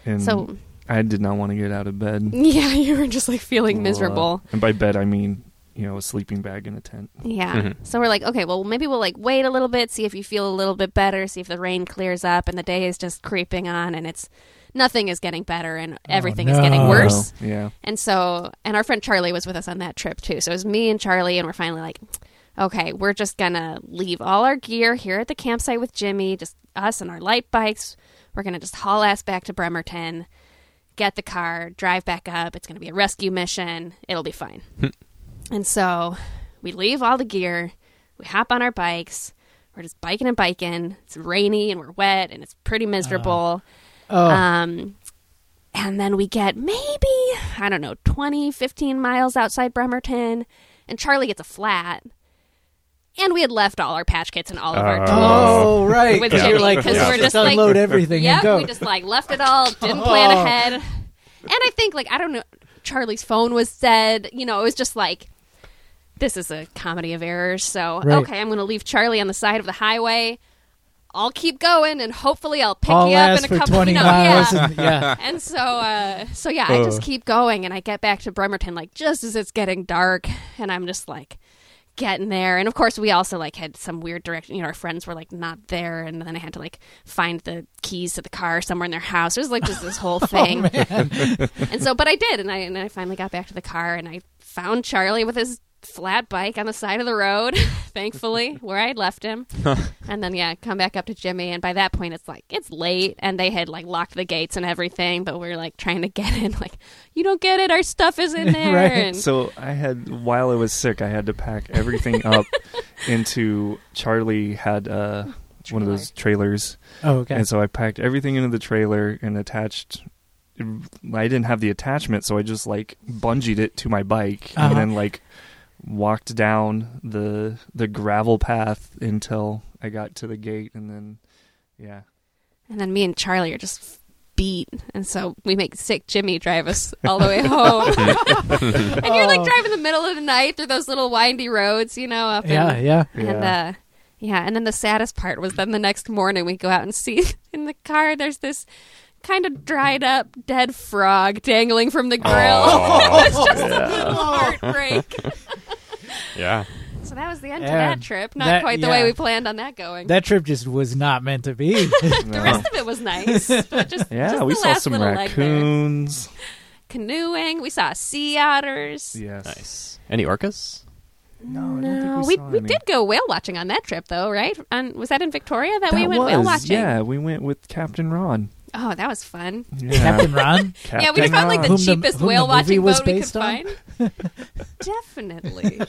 S2: And
S3: so,
S2: I did not want to get out of bed. uh,
S3: yeah, you were just like feeling miserable.
S2: And by bed, I mean, you know, a sleeping bag in a tent.
S3: Yeah.
S4: Mhm.
S3: So we're like, okay, well, maybe we'll like wait a little bit, see if you feel a little bit better, see if the rain clears up, and the day is just creeping on, and it's nothing is getting better, and everything is getting
S1: no.
S3: Uh, worse.
S2: Oh, yeah.
S3: And so, and our friend Charlie was with us on that trip too. So it was me and Charlie, and we're finally like, okay, we're just gonna leave all our gear here at the campsite with Jimmy, just us and our light bikes. We're gonna just haul ass back to Bremerton, get the car, drive back up. It's gonna be a rescue mission. It'll be fine. and so we leave all the gear, we hop on our bikes. We're just biking and biking. It's rainy and we're wet and it's pretty miserable.
S1: Oh.
S3: Um, and then we get maybe i don't know 20 15 miles outside bremerton and charlie gets a flat and we had left all our patch kits and all of our
S2: Uh,
S3: tools
S1: Oh, right.
S3: With
S1: 'cause
S3: Jimmy,
S1: you're like,
S3: 'cause
S1: let's
S3: we're
S1: just
S3: just like-
S1: unload everything
S3: Yeah,
S1: and go.
S3: we just like left it all, didn't plan
S1: Oh.
S3: ahead. And I think like I don't know, Charlie's phone was dead. You know, it was just like this is a comedy of errors. So
S1: Right.
S3: okay, I'm going to leave Charlie on the side of the highway. I'll keep going, and hopefully I'll pick
S1: I'll
S3: you up
S1: last
S3: in a
S1: for
S3: couple.
S1: 20
S3: you know,
S1: miles. Oh.
S3: yeah.
S1: And, yeah.
S3: And so, uh, so yeah, I just keep going, and I get back to Bremerton like just as it's getting dark, and I'm just like getting there. And of course, we also like had some weird direction. You know, our friends were like not there, and then I had to like find the keys to the car somewhere in their house. It was like just this whole thing. and so, but I did, and I and I finally got back to the car, and I found Charlie with his flat bike on the side of the road, thankfully, where I had left him. and then yeah, come back up to Jimmy, and by that point it's like it's late, and they had like locked the gates and everything, but we are like trying to get in, like you don't get it, our stuff is in there.
S1: Right.
S3: and-
S2: So I had while I was sick, I had to pack everything up into Charlie had uh, one of those trailers,
S1: Oh, okay.
S2: and so I packed everything into the trailer and attached. I didn't have the attachment, so I just like bungeed it to my bike
S1: Uh-huh.
S2: and then like walked down the the gravel path until I got to the gate, and then yeah,
S3: And then me and Charlie are just beat, and so we make sick Jimmy drive us all the way home. and you're like
S1: Oh.
S3: driving the middle of the night through those little windy roads, you know, up
S1: yeah,
S3: in
S1: yeah.
S3: And
S2: Yeah.
S3: uh yeah, and then the saddest part was then the next morning we go out and see in the car there's this kind of dried up dead frog dangling from the grill.
S2: Oh.
S3: it's just a little heartbreak.
S4: Yeah.
S3: So that was the end
S1: Yeah.
S3: of that trip. Not
S1: That-
S3: quite the
S1: yeah.
S3: way we planned on that going.
S1: That trip just was not meant to be.
S3: the rest of it was nice. But just,
S2: yeah,
S3: just
S2: we
S3: the
S2: saw
S3: last
S2: some
S3: little leg there.
S2: raccoons.
S3: Canoeing, we saw sea otters.
S2: Yes,
S4: Nice. Any orcas?
S2: No, I don't
S3: No,
S2: think
S3: Uh, we,
S2: we, saw
S3: we
S2: any.
S3: did go whale watching on that trip though, right? On, was that in Victoria that, we
S2: That
S3: went whale
S2: was,
S3: watching?
S2: Yeah, we went with Captain Ron.
S3: Oh, that was fun.
S2: Yeah.
S1: Captain Ron?
S3: yeah, we just found
S2: uh,
S3: like the
S1: Whom the-
S3: cheapest
S1: whom the
S3: whale watching
S1: movie was
S3: boat we could
S1: based on?
S3: find. Definitely.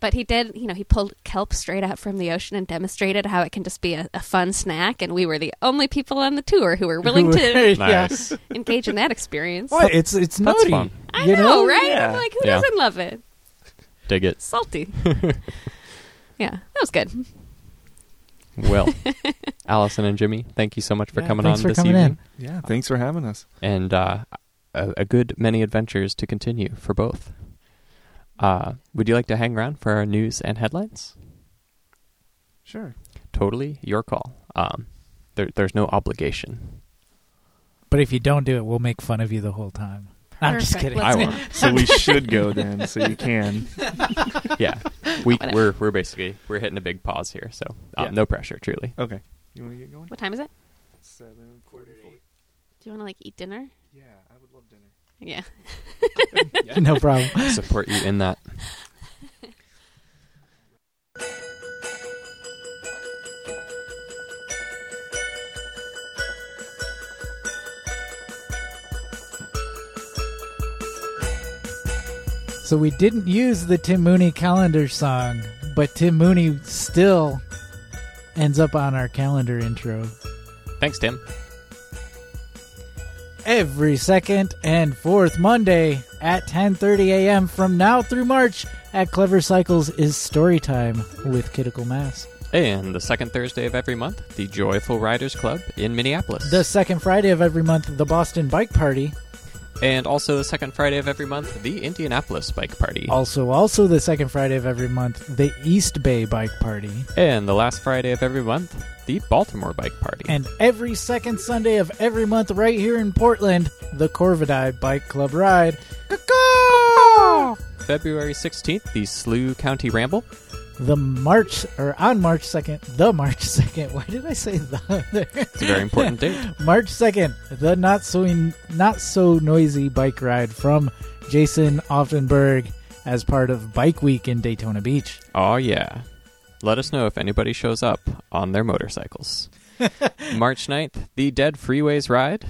S3: but he did, you know, he pulled kelp straight out from the ocean and demonstrated how it can just be a, a fun snack. And we were the only people on the tour who were willing to
S4: Nice.
S3: engage in that experience.
S1: What? It's it's
S4: That's
S1: naughty.
S4: fun.
S3: I
S1: you
S3: know, right?
S2: yeah.
S3: I'm like, who
S4: Yeah.
S3: doesn't love it?
S4: Dig it.
S3: Salty. yeah, that was good.
S4: Well, Allison and Jimmy, thank you so much for
S1: Yeah,
S4: coming on
S1: thanks for
S4: this
S1: coming
S4: evening.
S1: in.
S2: Yeah, thanks for having us.
S4: and uh, a, a good many adventures to continue for both. Uh, would you like to hang around for our news and headlines?
S2: Sure.
S4: Totally your call. Um, there, there's no obligation.
S1: But if you don't do it, we'll make fun of you the whole time. I'm just
S3: Perfect.
S1: kidding.
S3: Let's
S4: I
S3: do
S4: won't.
S2: So we should go then, so you can.
S4: yeah, we,
S3: Whatever.
S4: we're we're basically we're hitting a big pause here, so um,
S2: Yeah.
S4: no pressure, truly.
S2: Okay. You want to get going?
S3: What time is it?
S2: Seven forty-eight.
S3: Do you want to like eat dinner?
S2: Yeah, I would love dinner.
S3: Yeah.
S1: no problem.
S4: Support you in that.
S1: So we didn't use the Tim Mooney calendar song, but Tim Mooney still ends up on our calendar intro
S4: Thanks, Tim.
S1: every second and fourth Monday at 10:30 a.m. from now through March at Clever Cycles is story time with Critical Mass.
S4: And the second Thursday of every month, the Joyful Riders Club in Minneapolis.
S1: The second Friday of every month, the Boston Bike Party.
S4: And also the second Friday of every month, the Indianapolis Bike Party.
S1: Also, also the second Friday of every month, the East Bay Bike Party.
S4: And the last Friday of every month, the Baltimore Bike Party.
S1: And every second Sunday of every month, right here in Portland, the Corvidai Bike Club Ride. Caw-caw!
S4: February 16th, the Slough County Ramble.
S1: The March, or on March 2nd, the March 2nd. Why did I say the there?
S4: It's a very important date.
S1: March 2nd, the not so not so noisy bike ride from Jason Offenberg as part of Bike Week in Daytona Beach.
S4: Oh, yeah. Let us know if anybody shows up on their motorcycles. March 9th, the Dead Freeways Ride.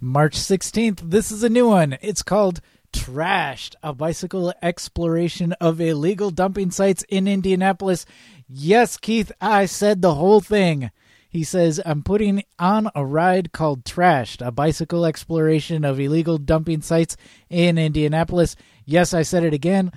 S1: March 16th, this is a new one. It's called Trashed, a bicycle exploration of illegal dumping sites in Indianapolis. Yes, Keith, I said the whole thing. He says, I'm putting on a ride called Trashed, a bicycle exploration of illegal dumping sites in Indianapolis. Yes, I said it again.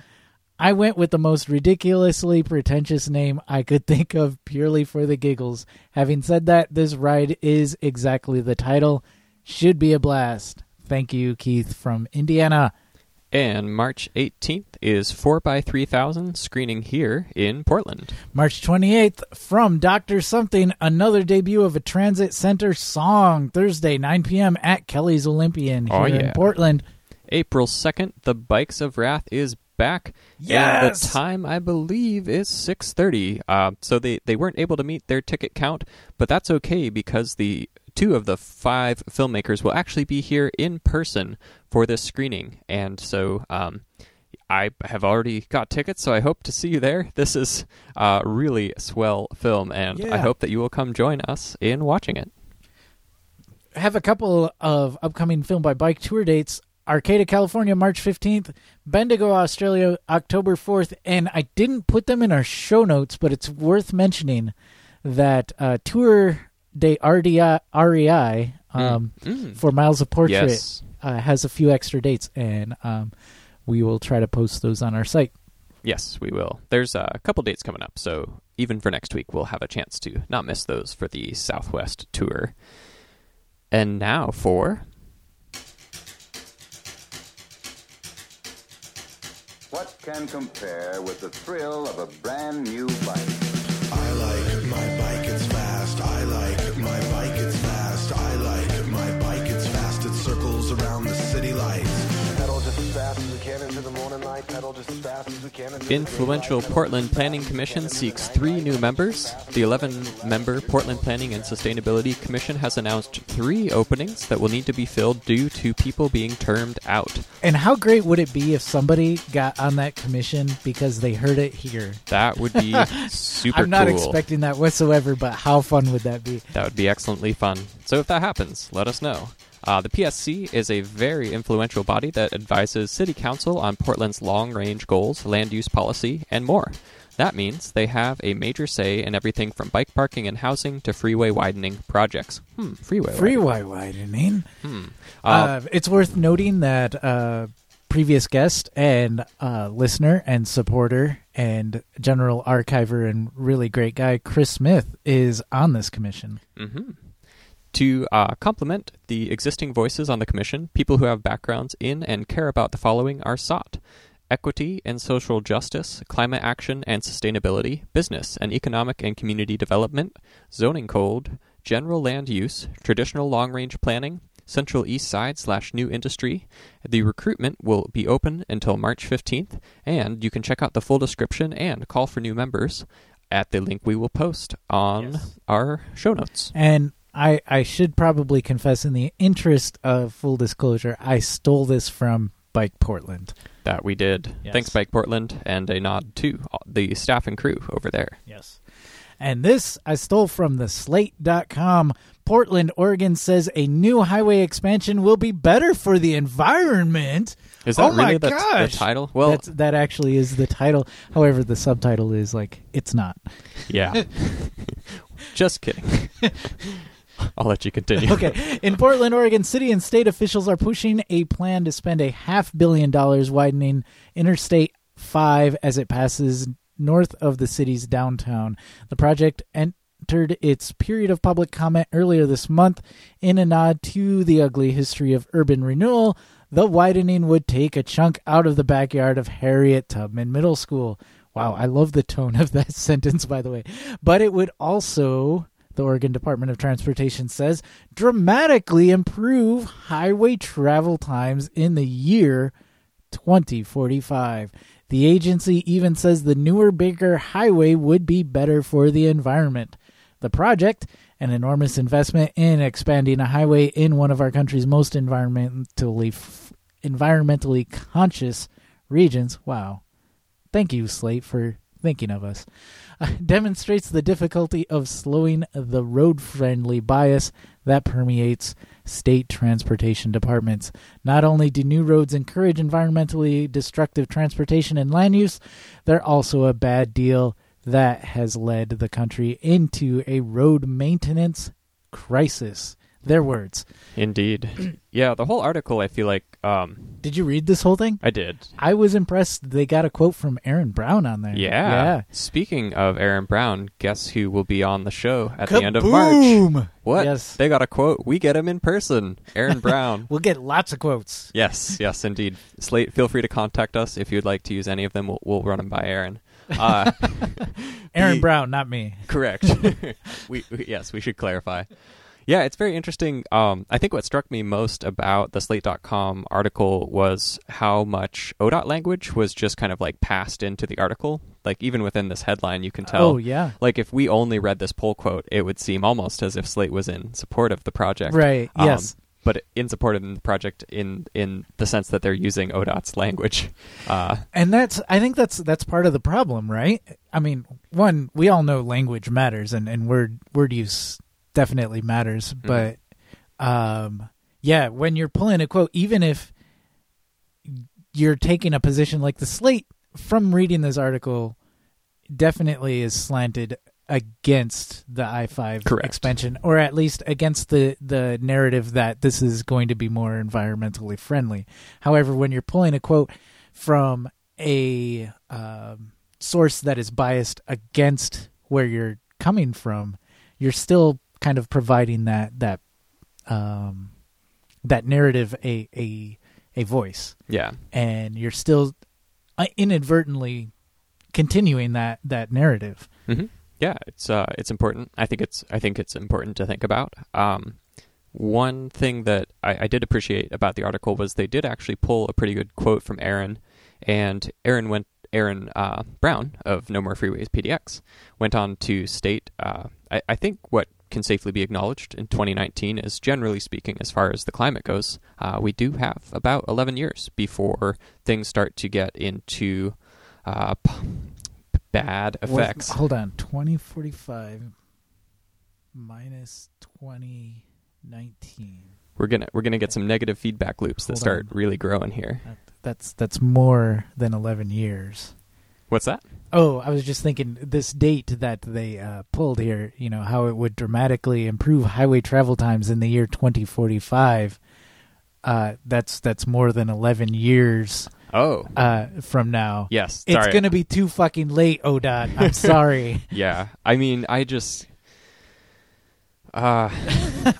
S1: I went with the most ridiculously pretentious name I could think of purely for the giggles. Having said that, this ride is exactly the title. Should be a blast. Thank you, Keith from Indiana.
S4: And March 18th is 4x3000 screening here in Portland.
S1: March 28th from Dr. Something, another debut of a Transit Center song, Thursday, 9 p.m. at Kelly's Olympian here
S4: Oh,
S1: in
S4: yeah.
S1: Portland.
S4: April 2nd, The Bikes of Wrath is back. And
S1: Yes!
S4: the time, I believe, is 6.30. Uh, so they, they weren't able to meet their ticket count, but that's okay because the two of the five filmmakers will actually be here in person for this screening. And so um, I have already got tickets, so I hope to see you there. This is a really swell film, and
S1: Yeah.
S4: I hope that you will come join us in watching it.
S1: have a couple of upcoming film by bike tour dates arcata california march 15th bendigo australia october 4th and i didn't put them in our show notes but it's worth mentioning that uh, tour de RDI, rei E um,
S4: Mm.
S1: for miles of portrait
S4: Yes.
S1: uh, has a few extra dates and um, we will try to post those on our site
S4: Yes, we will. There's uh, a couple dates coming up, so even for next week, we'll have a chance to not miss those for the Southwest tour. And now for
S5: What can compare with the thrill of a brand new bike?
S6: I like my bike, it's fast. I like my bike, it's fast. I like my bike, it's fast. It circles around the city lights.
S7: Pedal just as fast as we can into the morning light. Pedal just as fast as we can. Into the
S4: influential Portland Planning Commission seeks three new members. The 11 member Portland Planning and Sustainability Commission has announced three openings that will need to be filled due to people being termed out.
S1: and how great would it be if somebody got on that commission because they heard it here
S4: That would be super
S1: i'm not
S4: cool.
S1: expecting that whatsoever but how fun would that be
S4: That would be excellently fun. So if that happens, let us know. Uh, the PSC is a very influential body that advises City Council on Portland's long range goals, land use policy, and more. That means they have a major say in everything from bike parking and housing to freeway widening projects. Hmm, freeway. widening.
S1: Freeway widening.
S4: Uh,
S1: Uh, it's worth noting that uh, previous guest and uh, listener and supporter and general archiver and really great guy Chris Smith is on this commission.
S4: Mm-hmm. To uh, complement the existing voices on the Commission, people who have backgrounds in and care about the following are sought equity and social justice, climate action and sustainability, business and economic and community development, zoning code, general land use, traditional long range planning, Central East Side slash new industry. The recruitment will be open until March 15th, and you can check out the full description and call for new members at the link we will post on our show notes.
S1: And I, I should probably confess, in the interest of full disclosure, I stole this from Bike Portland.
S4: That we did.
S1: Yes.
S4: Thanks, Bike Portland, and a nod to the staff and crew over there.
S1: Yes. And this I stole from the slate.com. Portland, Oregon says a new highway expansion will be better for the environment.
S4: Is that
S1: oh my
S4: really the, the
S1: gosh!
S4: title? Well,
S1: That's, that actually is the title. However, the subtitle is like, it's not.
S4: yeah. Just kidding. I'll let you continue.
S1: Okay. In Portland, Oregon, city and state officials are pushing a plan to spend a half billion dollars widening Interstate 5 as it passes north of the city's downtown. The project entered its period of public comment earlier this month in a nod to the ugly history of urban renewal. The widening would take a chunk out of the backyard of Harriet Tubman Middle School. Wow, I love the tone of that sentence, by the way. But it would also the Oregon Department of Transportation says, dramatically improve highway travel times in the year 2045. The agency even says the newer, bigger highway would be better for the environment. The project, an enormous investment in expanding a highway in one of our country's most environmentally environmentally conscious regions. Wow. Thank you, Slate, for thinking of us. Uh, demonstrates the difficulty of slowing the road friendly bias that permeates state transportation departments. Not only do new roads encourage environmentally destructive transportation and land use, they're also a bad deal that has led the country into a road maintenance crisis. Their words.
S4: Indeed. yeah, the whole article, I feel like um,
S1: Did you read this whole thing?
S4: I did.
S1: I was impressed. They got a quote from Aaron Brown on there.
S4: Yeah.
S1: Yeah.
S4: Speaking of Aaron Brown, guess who will be on the show at the end of March?
S1: Kaboom!
S4: What?
S1: Yes.
S4: They got a quote. We get him in person. Aaron Brown.
S1: We'll get lots of quotes.
S4: yes, yes, indeed. Slate, feel free to contact us if you'd like to use any of them. We'll, we'll run them by Aaron. Uh,
S1: Aaron
S4: The-
S1: Brown, not me.
S4: Correct. we, we yes, we should clarify. Yeah, it's very interesting. Um, I think what struck me most about the Slate.com article was how much ODOT language was just kind of like passed into the article. Like even within this headline, you can tell.
S1: Oh, yeah.
S4: Like if we only read this poll quote, it would seem almost as if Slate was in support of the project. Um,
S1: Right, yes.
S4: But in support of the project in in the sense that they're using ODOT's language. Uh,
S1: And that's I think that's that's part of the problem, right? I mean, one, we all know language matters and, and word word use definitely matters, but um yeah, when you're pulling a quote, even if you're taking a position like the slate from reading this article definitely is slanted against the i5
S4: Correct.
S1: expansion or at least against the the narrative that this is going to be more environmentally friendly however when you're pulling a quote from a um, source that is biased against where you're coming from you're still kind of providing that that um that narrative a a a voice
S4: yeah.
S1: and you're still uh, inadvertently continuing that that narrative.
S4: hmm Yeah, it's uh, it's important. I think it's I think it's important to think about. Um, one thing that I, I did appreciate about the article was they did actually pull a pretty good quote from Aaron, and Aaron went Aaron uh, Brown of No More Freeways PDX went on to state uh, I, I think what can safely be acknowledged in 2019 is generally speaking, as far as the climate goes, uh, we do have about 11 years before things start to get into uh, p- bad effects.
S1: hold on, twenty forty five minus twenty nineteen.
S4: we're gonna we're gonna get some negative feedback loops that
S1: Hold
S4: start
S1: on.
S4: really growing here.
S1: That's that's more than eleven years.
S4: What's that?
S1: Oh, I was just thinking this date that they uh, pulled here, you know, how it would dramatically improve highway travel times in the year 2045. Uh, that's that's more than 11 years
S4: Oh,
S1: uh, from now.
S4: yes.
S1: It's
S4: sorry.
S1: going to be too fucking late, ODOT. I'm sorry.
S4: Yeah, I mean, I just. Uh,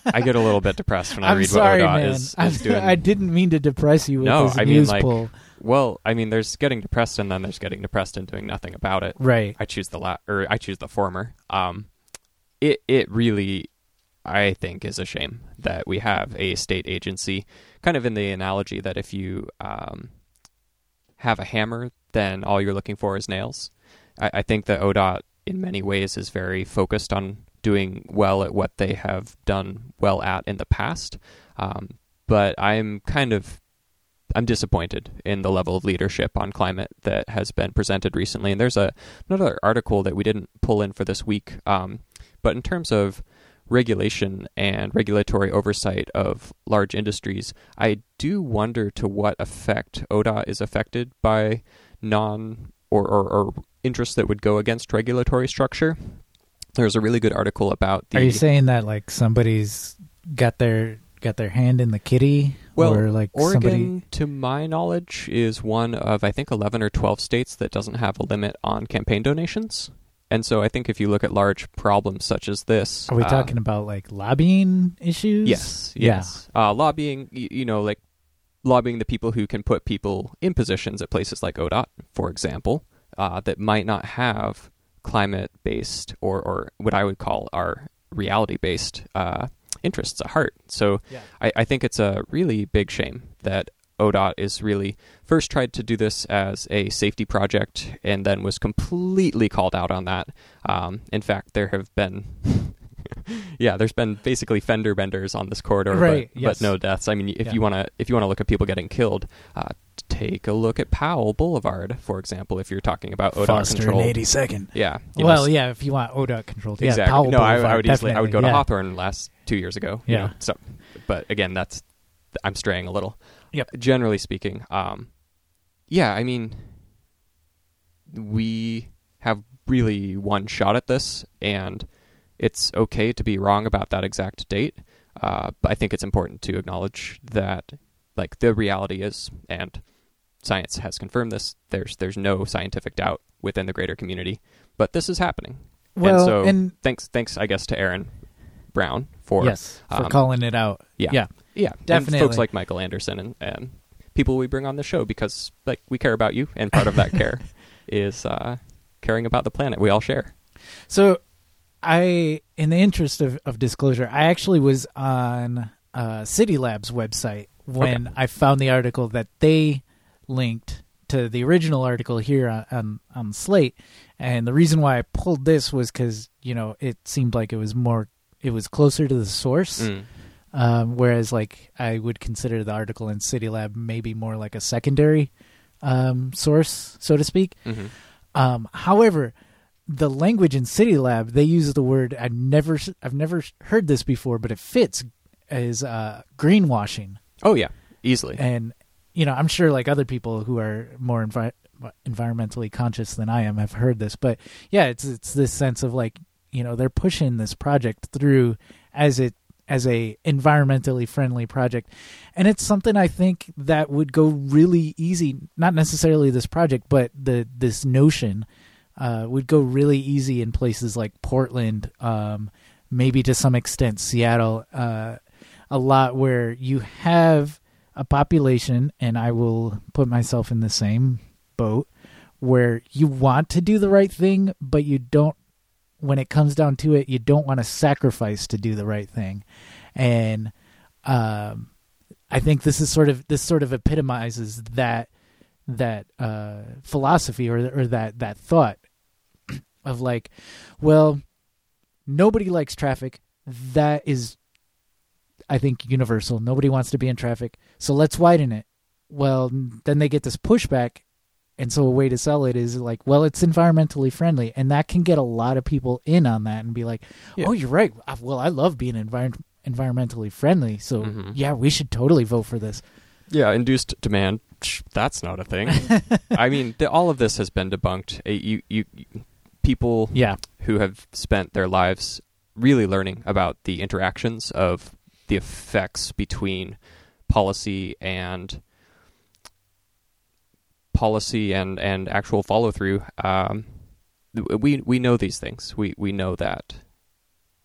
S4: I get a little bit depressed when I
S1: I'm
S4: read
S1: sorry,
S4: what ODOT
S1: man.
S4: is,
S1: I'm-
S4: is doing.
S1: I didn't mean to depress you with
S4: No,
S1: this
S4: I mean,
S1: news
S4: like-
S1: poll.
S4: well, I mean, there's getting depressed and then there's getting depressed and doing nothing about it.
S1: Right.
S4: I choose the la- or I choose the former. Um, it it really, I think, is a shame that we have a state agency, kind of in the analogy that if you um, have a hammer, then all you're looking for is nails. I, I think that ODOT, in many ways, is very focused on doing well at what they have done well at in the past. Um, but I'm kind of I'm disappointed in the level of leadership on climate that has been presented recently. And there's a, another article that we didn't pull in for this week, um, but in terms of regulation and regulatory oversight of large industries, I do wonder to what effect ODA is affected by non or, or, or interests that would go against regulatory structure. There's a really good article about the.
S1: Are you saying that like somebody's got their got their hand in the kitty
S4: Well,
S1: or like
S4: Oregon,
S1: somebody
S4: to my knowledge, is one of I think eleven or twelve states that doesn't have a limit on campaign donations. And so I think if you look at large problems such as this,
S1: Are we
S4: uh,
S1: talking about like lobbying issues?
S4: Yes,
S1: Yeah.
S4: yes. Uh, lobbying, you, you know, like lobbying the people who can put people in positions at places like ODOT, for example, uh, that might not have climate-based or, or what I would call our reality-based uh, interests at heart. So
S1: Yeah.
S4: I, I think it's a really big shame that ODOT is really first tried to do this as a safety project and then was completely called out on that. Um, in fact, there have been yeah, there's been basically fender benders on this corridor, but-
S1: Right,
S4: but,
S1: yes.
S4: no deaths. I mean, if
S1: Yeah.
S4: you want to, if you want to look at people getting killed, uh, take a look at Powell Boulevard, for example. If you're talking about ODOT
S1: Foster in
S4: control,
S1: eighty second.
S4: yeah, you
S1: Well,
S4: know,
S1: yeah, if you want ODOT controlled, yeah,
S4: exactly.
S1: Powell
S4: no, I, I
S1: Boulevard,
S4: would easily, I would go to
S1: definitely, yeah.
S4: Hawthorne last two years ago. you
S1: Yeah.
S4: know, so, but again, that's I'm straying a little.
S1: Yep.
S4: Generally speaking, um, yeah, I mean, we have really one shot at this, and it's okay to be wrong about that exact date. Uh, but I think it's important to acknowledge that, like, the reality is, and science has confirmed this. There's there's no scientific doubt within the greater community, but this is happening.
S1: Well,
S4: and so
S1: and-
S4: thanks thanks I guess to Aaron Brown for
S1: yes, for
S4: um,
S1: calling it out.
S4: yeah.
S1: yeah,
S4: yeah,
S1: Definitely.
S4: And folks like Michael Anderson and, and people we bring on the show because like we care about you, and part of that care is uh, caring about the planet we all share.
S1: So, I, in the interest of, of disclosure, I actually was on uh, City Labs website when I found the article that they linked to the original article here on, on, on Slate, and the reason why I pulled this was because you know it seemed like it was more, it was closer to the source.
S4: Mm.
S1: Um, whereas, like, I would consider the article in City Lab maybe more like a secondary um, source, so to speak.
S4: Mhm.
S1: Um, however, the language in City Lab they use the word I've never s- I've never s- heard this before, but it fits as uh, greenwashing.
S4: Oh yeah, easily.
S1: And you know, I'm sure like other people who are more envi- environmentally conscious than I am have heard this, but yeah, it's it's this sense of like you know they're pushing this project through as it as a environmentally friendly project and it's something i think that would go really easy not necessarily this project but the this notion uh, would go really easy in places like portland um, maybe to some extent seattle uh, a lot where you have a population, and I will put myself in the same boat, where you want to do the right thing, but you don't, when it comes down to it, you don't want to sacrifice to do the right thing. And um, I think this is sort of, this sort of epitomizes that, that uh, philosophy or, or that, that thought of like, well, nobody likes traffic. That is I think universal. Nobody wants to be in traffic, so let's widen it. Well, n- then they get this pushback, and so a way to sell it is like, well, it's environmentally friendly, and that can get a lot of people in on that and be like,
S4: Yeah.
S1: oh, you're right. I- Well, I love being envir- environmentally friendly, so
S4: Mhm.
S1: yeah, we should totally vote for this.
S4: Yeah, induced demand. Psh, That's not a thing. I mean, the, all of this has been debunked. Uh, You, you, people
S1: Yeah,
S4: who have spent their lives really learning about the interactions of the effects between policy and policy and, and actual follow through. Um, th- we we know these things. We we know that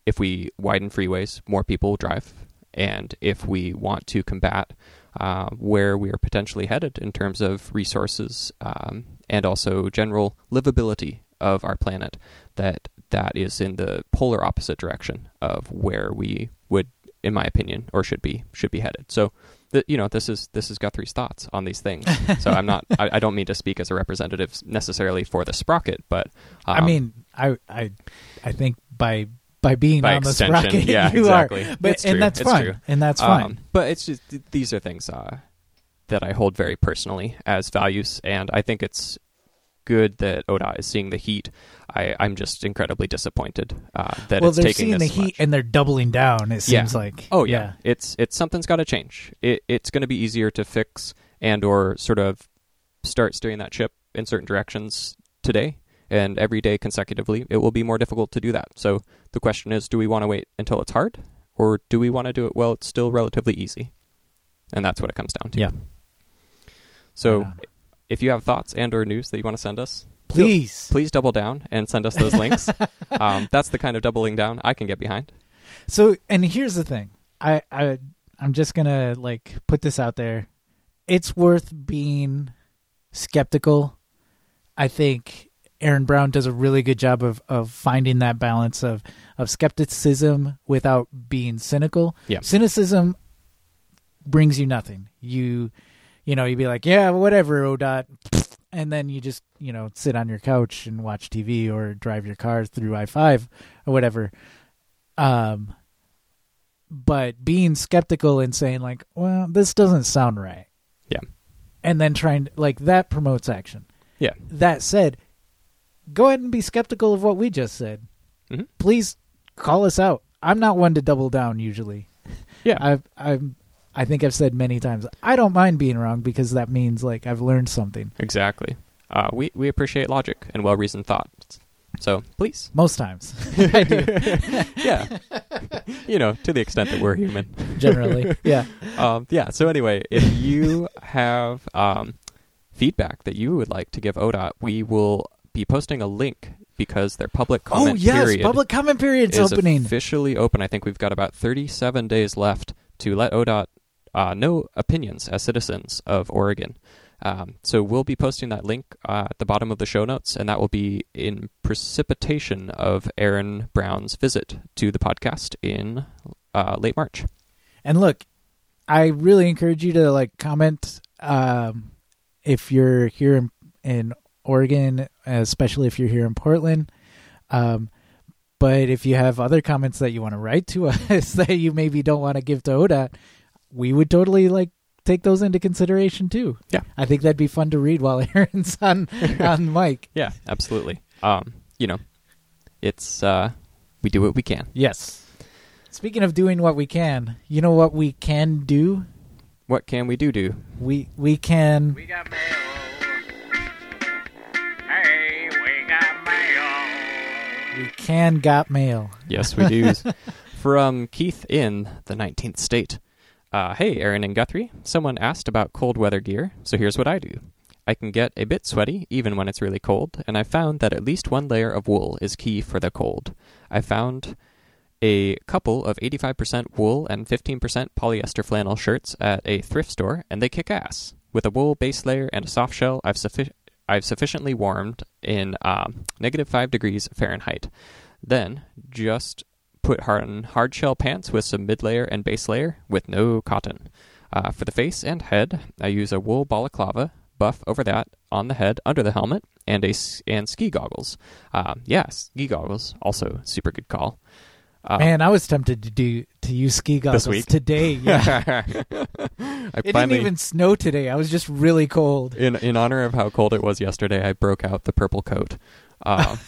S4: if we widen freeways, more people will drive, and if we want to combat uh, where we are potentially headed in terms of resources um, and also general livability of our planet, that that is in the polar opposite direction of where we would, in my opinion, or should be should be headed. So. th- You know, this is this is Guthrie's thoughts on these things. So I'm not. I, I don't mean to speak as a representative necessarily for the sprocket, but
S1: I
S4: um,
S1: mean, I, I, I think by by being
S4: By
S1: on the
S4: extension,
S1: sprocket,
S4: yeah,
S1: you
S4: exactly.
S1: are, but
S4: It's
S1: and
S4: true,
S1: that's
S4: it's
S1: fine,
S4: true.
S1: and that's
S4: Um,
S1: fine.
S4: but it's just th- these are things uh, that I hold very personally as values, and I think it's good that Oda is seeing the heat. I, I'm just incredibly disappointed uh, that
S1: well,
S4: it's
S1: they're
S4: taking
S1: seeing the
S4: this
S1: heat
S4: much.
S1: and they're doubling down. It
S4: Yeah.
S1: seems like.
S4: Oh yeah. it's it's something's got to change. It, it's going to be easier to fix and or sort of start steering that ship in certain directions today and every day consecutively. It will be more difficult to do that. So the question is, do we want to wait until it's hard, or do we want to do it while it's still relatively easy? And that's what it comes down to.
S1: Yeah.
S4: So.
S1: Yeah.
S4: If you have thoughts and or news that you want to send us,
S1: Please.
S4: please double down and send us those links. um, that's the kind of doubling down I can get behind.
S1: So, and here's the thing. I, I, I'm just gonna like put this out there. It's worth being skeptical. I think Aaron Brown does a really good job of of finding that balance of of skepticism without being cynical.
S4: Yeah.
S1: Cynicism brings you nothing. You, you know, you'd be like, yeah, whatever, Odot, and then you just you know sit on your couch and watch TV or drive your car through I five or whatever. Um, but being skeptical and saying like, well, this doesn't sound right,
S4: Yeah.
S1: and then trying like that promotes action.
S4: Yeah.
S1: That said, go ahead and be skeptical of what we just said.
S4: Mhm.
S1: Please call us out. I'm not one to double down usually.
S4: Yeah.
S1: I've I'm I think I've said many times I don't mind being wrong because that means like I've learned something.
S4: Exactly. uh, we we appreciate logic and well reasoned thoughts. So please,
S1: Most times, I do
S4: yeah, you know, to the extent that we're human.
S1: generally. Yeah,
S4: um, yeah. So anyway, if you have um, feedback that you would like to give ODOT, we will be posting a link because their public comment
S1: oh yes,
S4: period
S1: public comment period's
S4: is
S1: opening.
S4: officially open. I think we've got about 37 days left to let ODOT uh, know opinions as citizens of Oregon. Um, so we'll be posting that link uh, at the bottom of the show notes, and that will be in precipitation of Aaron Brown's visit to the podcast in uh, late March.
S1: and look, I really encourage you to like comment um, if you're here in, in Oregon, especially if you're here in Portland. Um, but if you have other comments that you want to write to us that you maybe don't want to give to ODOT, we would totally like take those into consideration too.
S4: Yeah.
S1: I think that'd be fun to read while Aaron's on on mic.
S4: Yeah, absolutely. Um, you know, it's uh, we do what we can.
S1: Yes. Speaking of doing what we can, you know what we can do?
S4: What can we do? Do
S1: We we can
S8: We got mail. Hey, we got mail.
S1: we can got mail.
S4: yes, we do. From Keith in the nineteenth state. Uh, hey, Aaron and Guthrie. Someone asked about cold weather gear, so here's what I do. I can get a bit sweaty even when it's really cold, and I found that at least one layer of wool is key for the cold. I found a couple of 85% wool and 15% polyester flannel shirts at a thrift store, and they kick ass. With a wool base layer and a soft shell, I've, suffi- I've sufficiently warmed in um, negative 5 degrees Fahrenheit. Then, just put hard on hard shell pants with some mid layer and base layer with no cotton. Uh, for the face and head, I use a wool balaclava buff over that on the head under the helmet and a s- and ski goggles. Um, yeah, ski goggles also super good call. Um,
S1: Man, I was tempted to do to use ski goggles
S4: week?
S1: today. Yeah.
S4: I
S1: it
S4: finally,
S1: didn't even snow today. I was just really cold.
S4: in in honor of how cold it was yesterday, I broke out the purple coat. Um,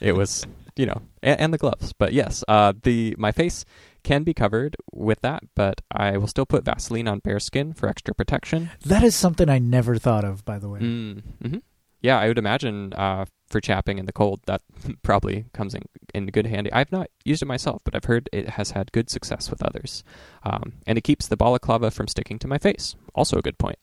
S4: it was, you know, and, and the gloves. But yes, uh, the my face can be covered with that, but I will still put Vaseline on bare skin for extra protection.
S1: That is something I never thought of, by the way.
S4: Mm, hmm Yeah, I would imagine uh, for chapping in the cold, that probably comes in, in good handy. I've not used it myself, but I've heard it has had good success with others. Um, and it keeps the balaclava from sticking to my face. Also a good point.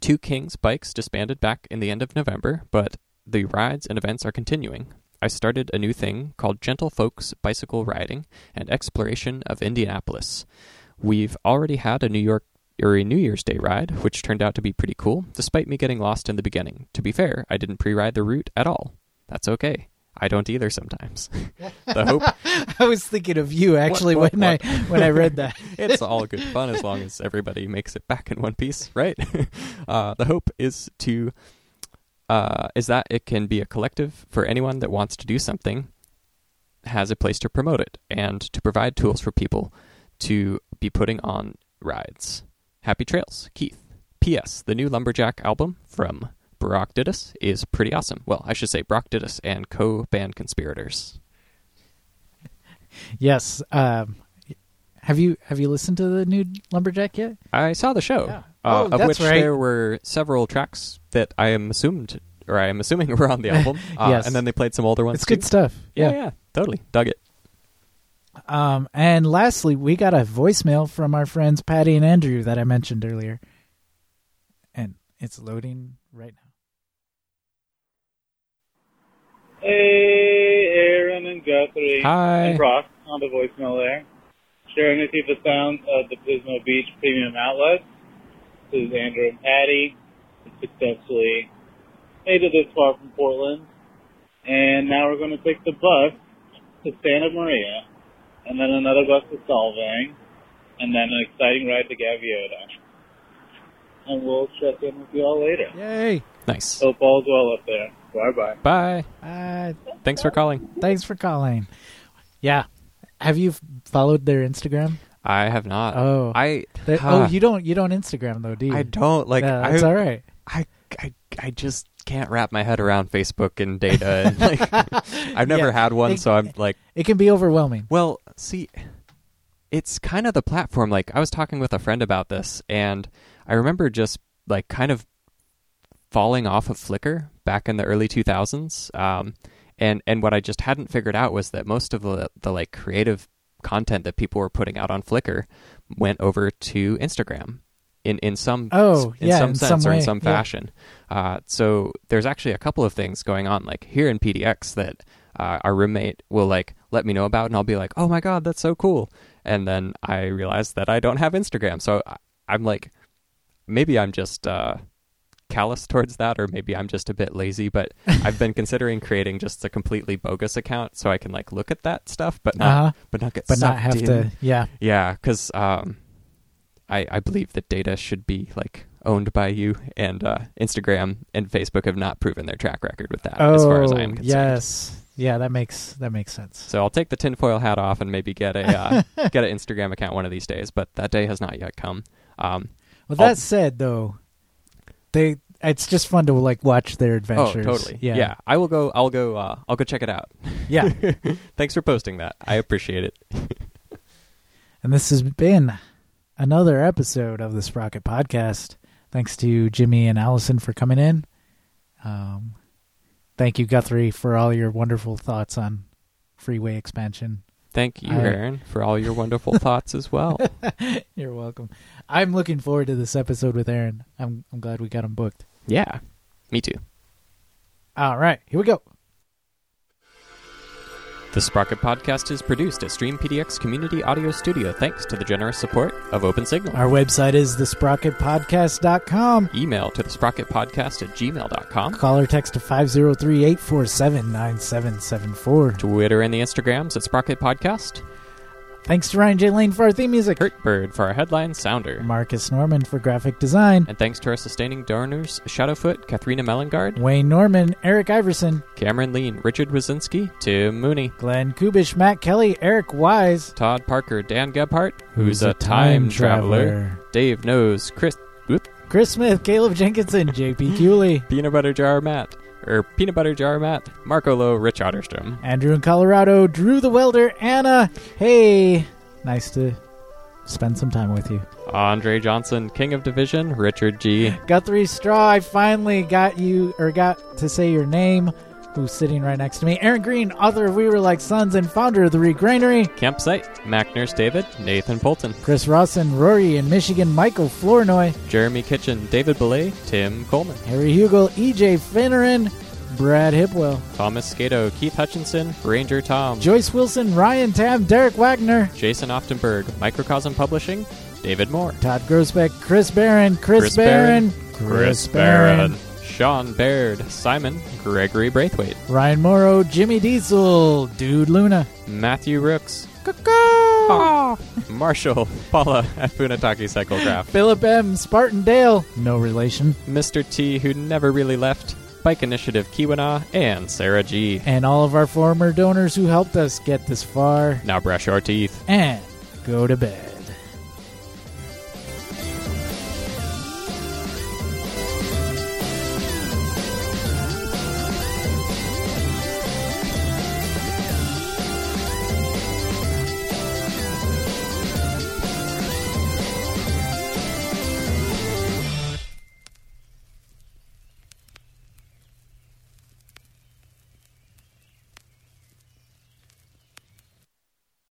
S4: Two Kings bikes disbanded back in the end of November, but the rides and events are continuing. I started a new thing called Gentle Folks Bicycle Riding and Exploration of Indianapolis. We've already had a New York or a New Year's Day ride, which turned out to be pretty cool, despite me getting lost in the beginning. To be fair, I didn't pre ride the route at all. That's okay. I don't either sometimes. the hope
S1: I was thinking of you actually
S4: what,
S1: when
S4: what?
S1: I when I read that.
S4: it's all good fun as long as everybody makes it back in one piece, right? Uh, the hope is to uh, is that it can be a collective for anyone that wants to do something, has a place to promote it, and to provide tools for people to be putting on rides. Happy trails, Keith. P.S. The new Lumberjack album from Brock Dittus is pretty awesome. Well, I should say Brock Dittus and co-band conspirators.
S1: Yes. Um, have you have you listened to the new lumberjack yet?
S4: I saw the show,
S1: Yeah. Oh,
S4: uh, of
S1: that's
S4: which
S1: right.
S4: there were several tracks that I am assumed, or I am assuming were on the album. Uh,
S1: Yes.
S4: And then they played some older ones.
S1: It's good
S4: too.
S1: stuff.
S4: Yeah, yeah, totally. Dug it.
S1: Um, and lastly, we got a voicemail from our friends Patty and Andrew that I mentioned earlier, and it's loading right now.
S9: Hey, Aaron and Guthrie.
S4: Hi.
S9: And Brock on the voicemail there. Sharing with you the sounds of the Pismo Beach Premium Outlet. This is Andrew and Patty. Successfully made it this far from Portland. And now we're going to take the bus to Santa Maria. And then another bus to Solvang. And then an exciting ride to Gaviota. And we'll check in with you all later.
S1: Yay!
S4: Nice.
S9: Hope all's well up there. Bye bye.
S4: Bye.
S1: Uh,
S4: Thanks for calling.
S1: Thanks for calling. Yeah. Have you f- followed their Instagram?
S4: I have not.
S1: Oh.
S4: I.
S1: They-
S4: huh.
S1: oh, you don't you don't Instagram though, do you?
S4: I don't like.
S1: Yeah,
S4: I,
S1: that's all right.
S4: I, I, I just can't wrap my head around Facebook and data. And, like, I've never
S1: Yeah.
S4: had one,
S1: It-
S4: so I'm like,
S1: It can be overwhelming.
S4: Well, see, it's kind of the platform. Like, I was talking with a friend about this, and I remember just, like, kind of falling off of Flickr back in the early 2000s. Um, and and what I just hadn't figured out was that most of the the like creative content that people were putting out on Flickr went over to Instagram in in some
S1: Oh,
S4: in
S1: yeah,
S4: some
S1: in
S4: sense
S1: some
S4: or in
S1: way,
S4: some
S1: yeah.
S4: fashion. Uh, so there's actually a couple of things going on like here in PDX that uh, our roommate will like let me know about, and I'll be like, oh my god, that's so cool, and then I realize that I don't have Instagram, so I, I'm like, maybe I'm just. Uh, callous towards that or maybe I'm just a bit lazy, but I've been considering creating just a completely bogus account so I can like look at that stuff but not
S1: Uh-huh.
S4: but not get
S1: but not
S4: sucked
S1: have
S4: in.
S1: to. Yeah,
S4: Yeah, cuz um I I believe that data should be like owned by you and uh Instagram and Facebook have not proven their track record with that Uh, as far as I am
S1: Oh,
S4: concerned.
S1: Yes. Yeah, that makes that makes sense.
S4: So I'll take the tinfoil hat off and maybe get a uh, get an Instagram account one of these days, but that day has not yet come. Um,
S1: Well,
S4: I'll-
S1: that said, though, they it's just fun to like watch their
S4: oh,
S1: adventures.
S4: totally.
S1: Yeah.
S4: yeah, I will go. I'll go. Uh, I'll go check it out.
S1: Yeah.
S4: Thanks for posting that. I appreciate it.
S1: and this has been another episode of the Sprocket Podcast. Thanks to Jimmy and Allison for coming in. Um, thank you, Guthrie, for all your wonderful thoughts on freeway expansion.
S4: Thank you,
S1: I-
S4: Aaron, for all your wonderful thoughts as well.
S1: You're welcome. I'm looking forward to this episode with Aaron. I'm I'm glad we got him booked.
S4: Yeah, me too.
S1: All right, here we go.
S4: The Sprocket Podcast is produced at Stream PDX Community Audio Studio thanks to the generous support of OpenSignal.
S1: Our website is thesprocketpodcast.com.
S4: Email to the Sprocket Podcast at gmail.com.
S1: Call or text to 503 847 9774.
S4: Twitter and the Instagrams at Sprocket Podcast.
S1: Thanks to Ryan J. Lane for our theme music.
S4: Kurt Bird for our headline sounder.
S1: Marcus Norman for graphic design.
S4: And thanks to our sustaining donors Shadowfoot, Katharina Mellengard,
S1: Wayne Norman, Eric Iverson,
S4: Cameron Lean, Richard Wazinski, Tim Mooney,
S1: Glenn Kubish, Matt Kelly, Eric Wise,
S4: Todd Parker, Dan Gebhart, who's, a, time, traveler. Dave Knows, Chris, whoop,
S1: Chris Smith, Caleb Jenkinson, JP Cooley,
S4: Peanut Butter Jar Matt, or Peanut Butter Jar Matt, Marco Lowe, Rich Otterstrom.
S1: Andrew in Colorado, Drew the Welder, Anna. Hey, nice to spend some time with you.
S4: Andre Johnson, King of Division, Richard G.
S1: Guthrie Straw, I finally got you or got to say your name. Who's sitting right next to me? Aaron Green, author of We Were Like Sons and founder of the Regranary.
S4: Campsite, Mac Nurse David, Nathan Polton,
S1: Chris Rawson, Rory in Michigan, Michael Flournoy,
S4: Jeremy Kitchen, David Belay, Tim Coleman,
S1: Harry Hugel, EJ Finneran, Brad Hipwell,
S4: Thomas Skato, Keith Hutchinson, Ranger Tom,
S1: Joyce Wilson, Ryan Tam, Derek Wagner,
S4: Jason Oftenberg, Microcosm Publishing, David Moore,
S1: Todd Grosbeck, Chris Barron, Chris,
S4: Chris
S1: Barron,
S4: Barron, Chris Barron, Sean Baird, Simon, Gregory Braithwaite,
S1: Ryan Morrow, Jimmy Diesel, Dude Luna,
S4: Matthew Rooks, Marshall, Paula at Funataki Cyclecraft,
S1: Philip M. Spartan Dale, no relation,
S4: Mr. T, who never really left, Bike Initiative Keweenaw, and Sarah G.
S1: and all of our former donors who helped us get this far.
S4: Now brush your teeth.
S1: and go to bed.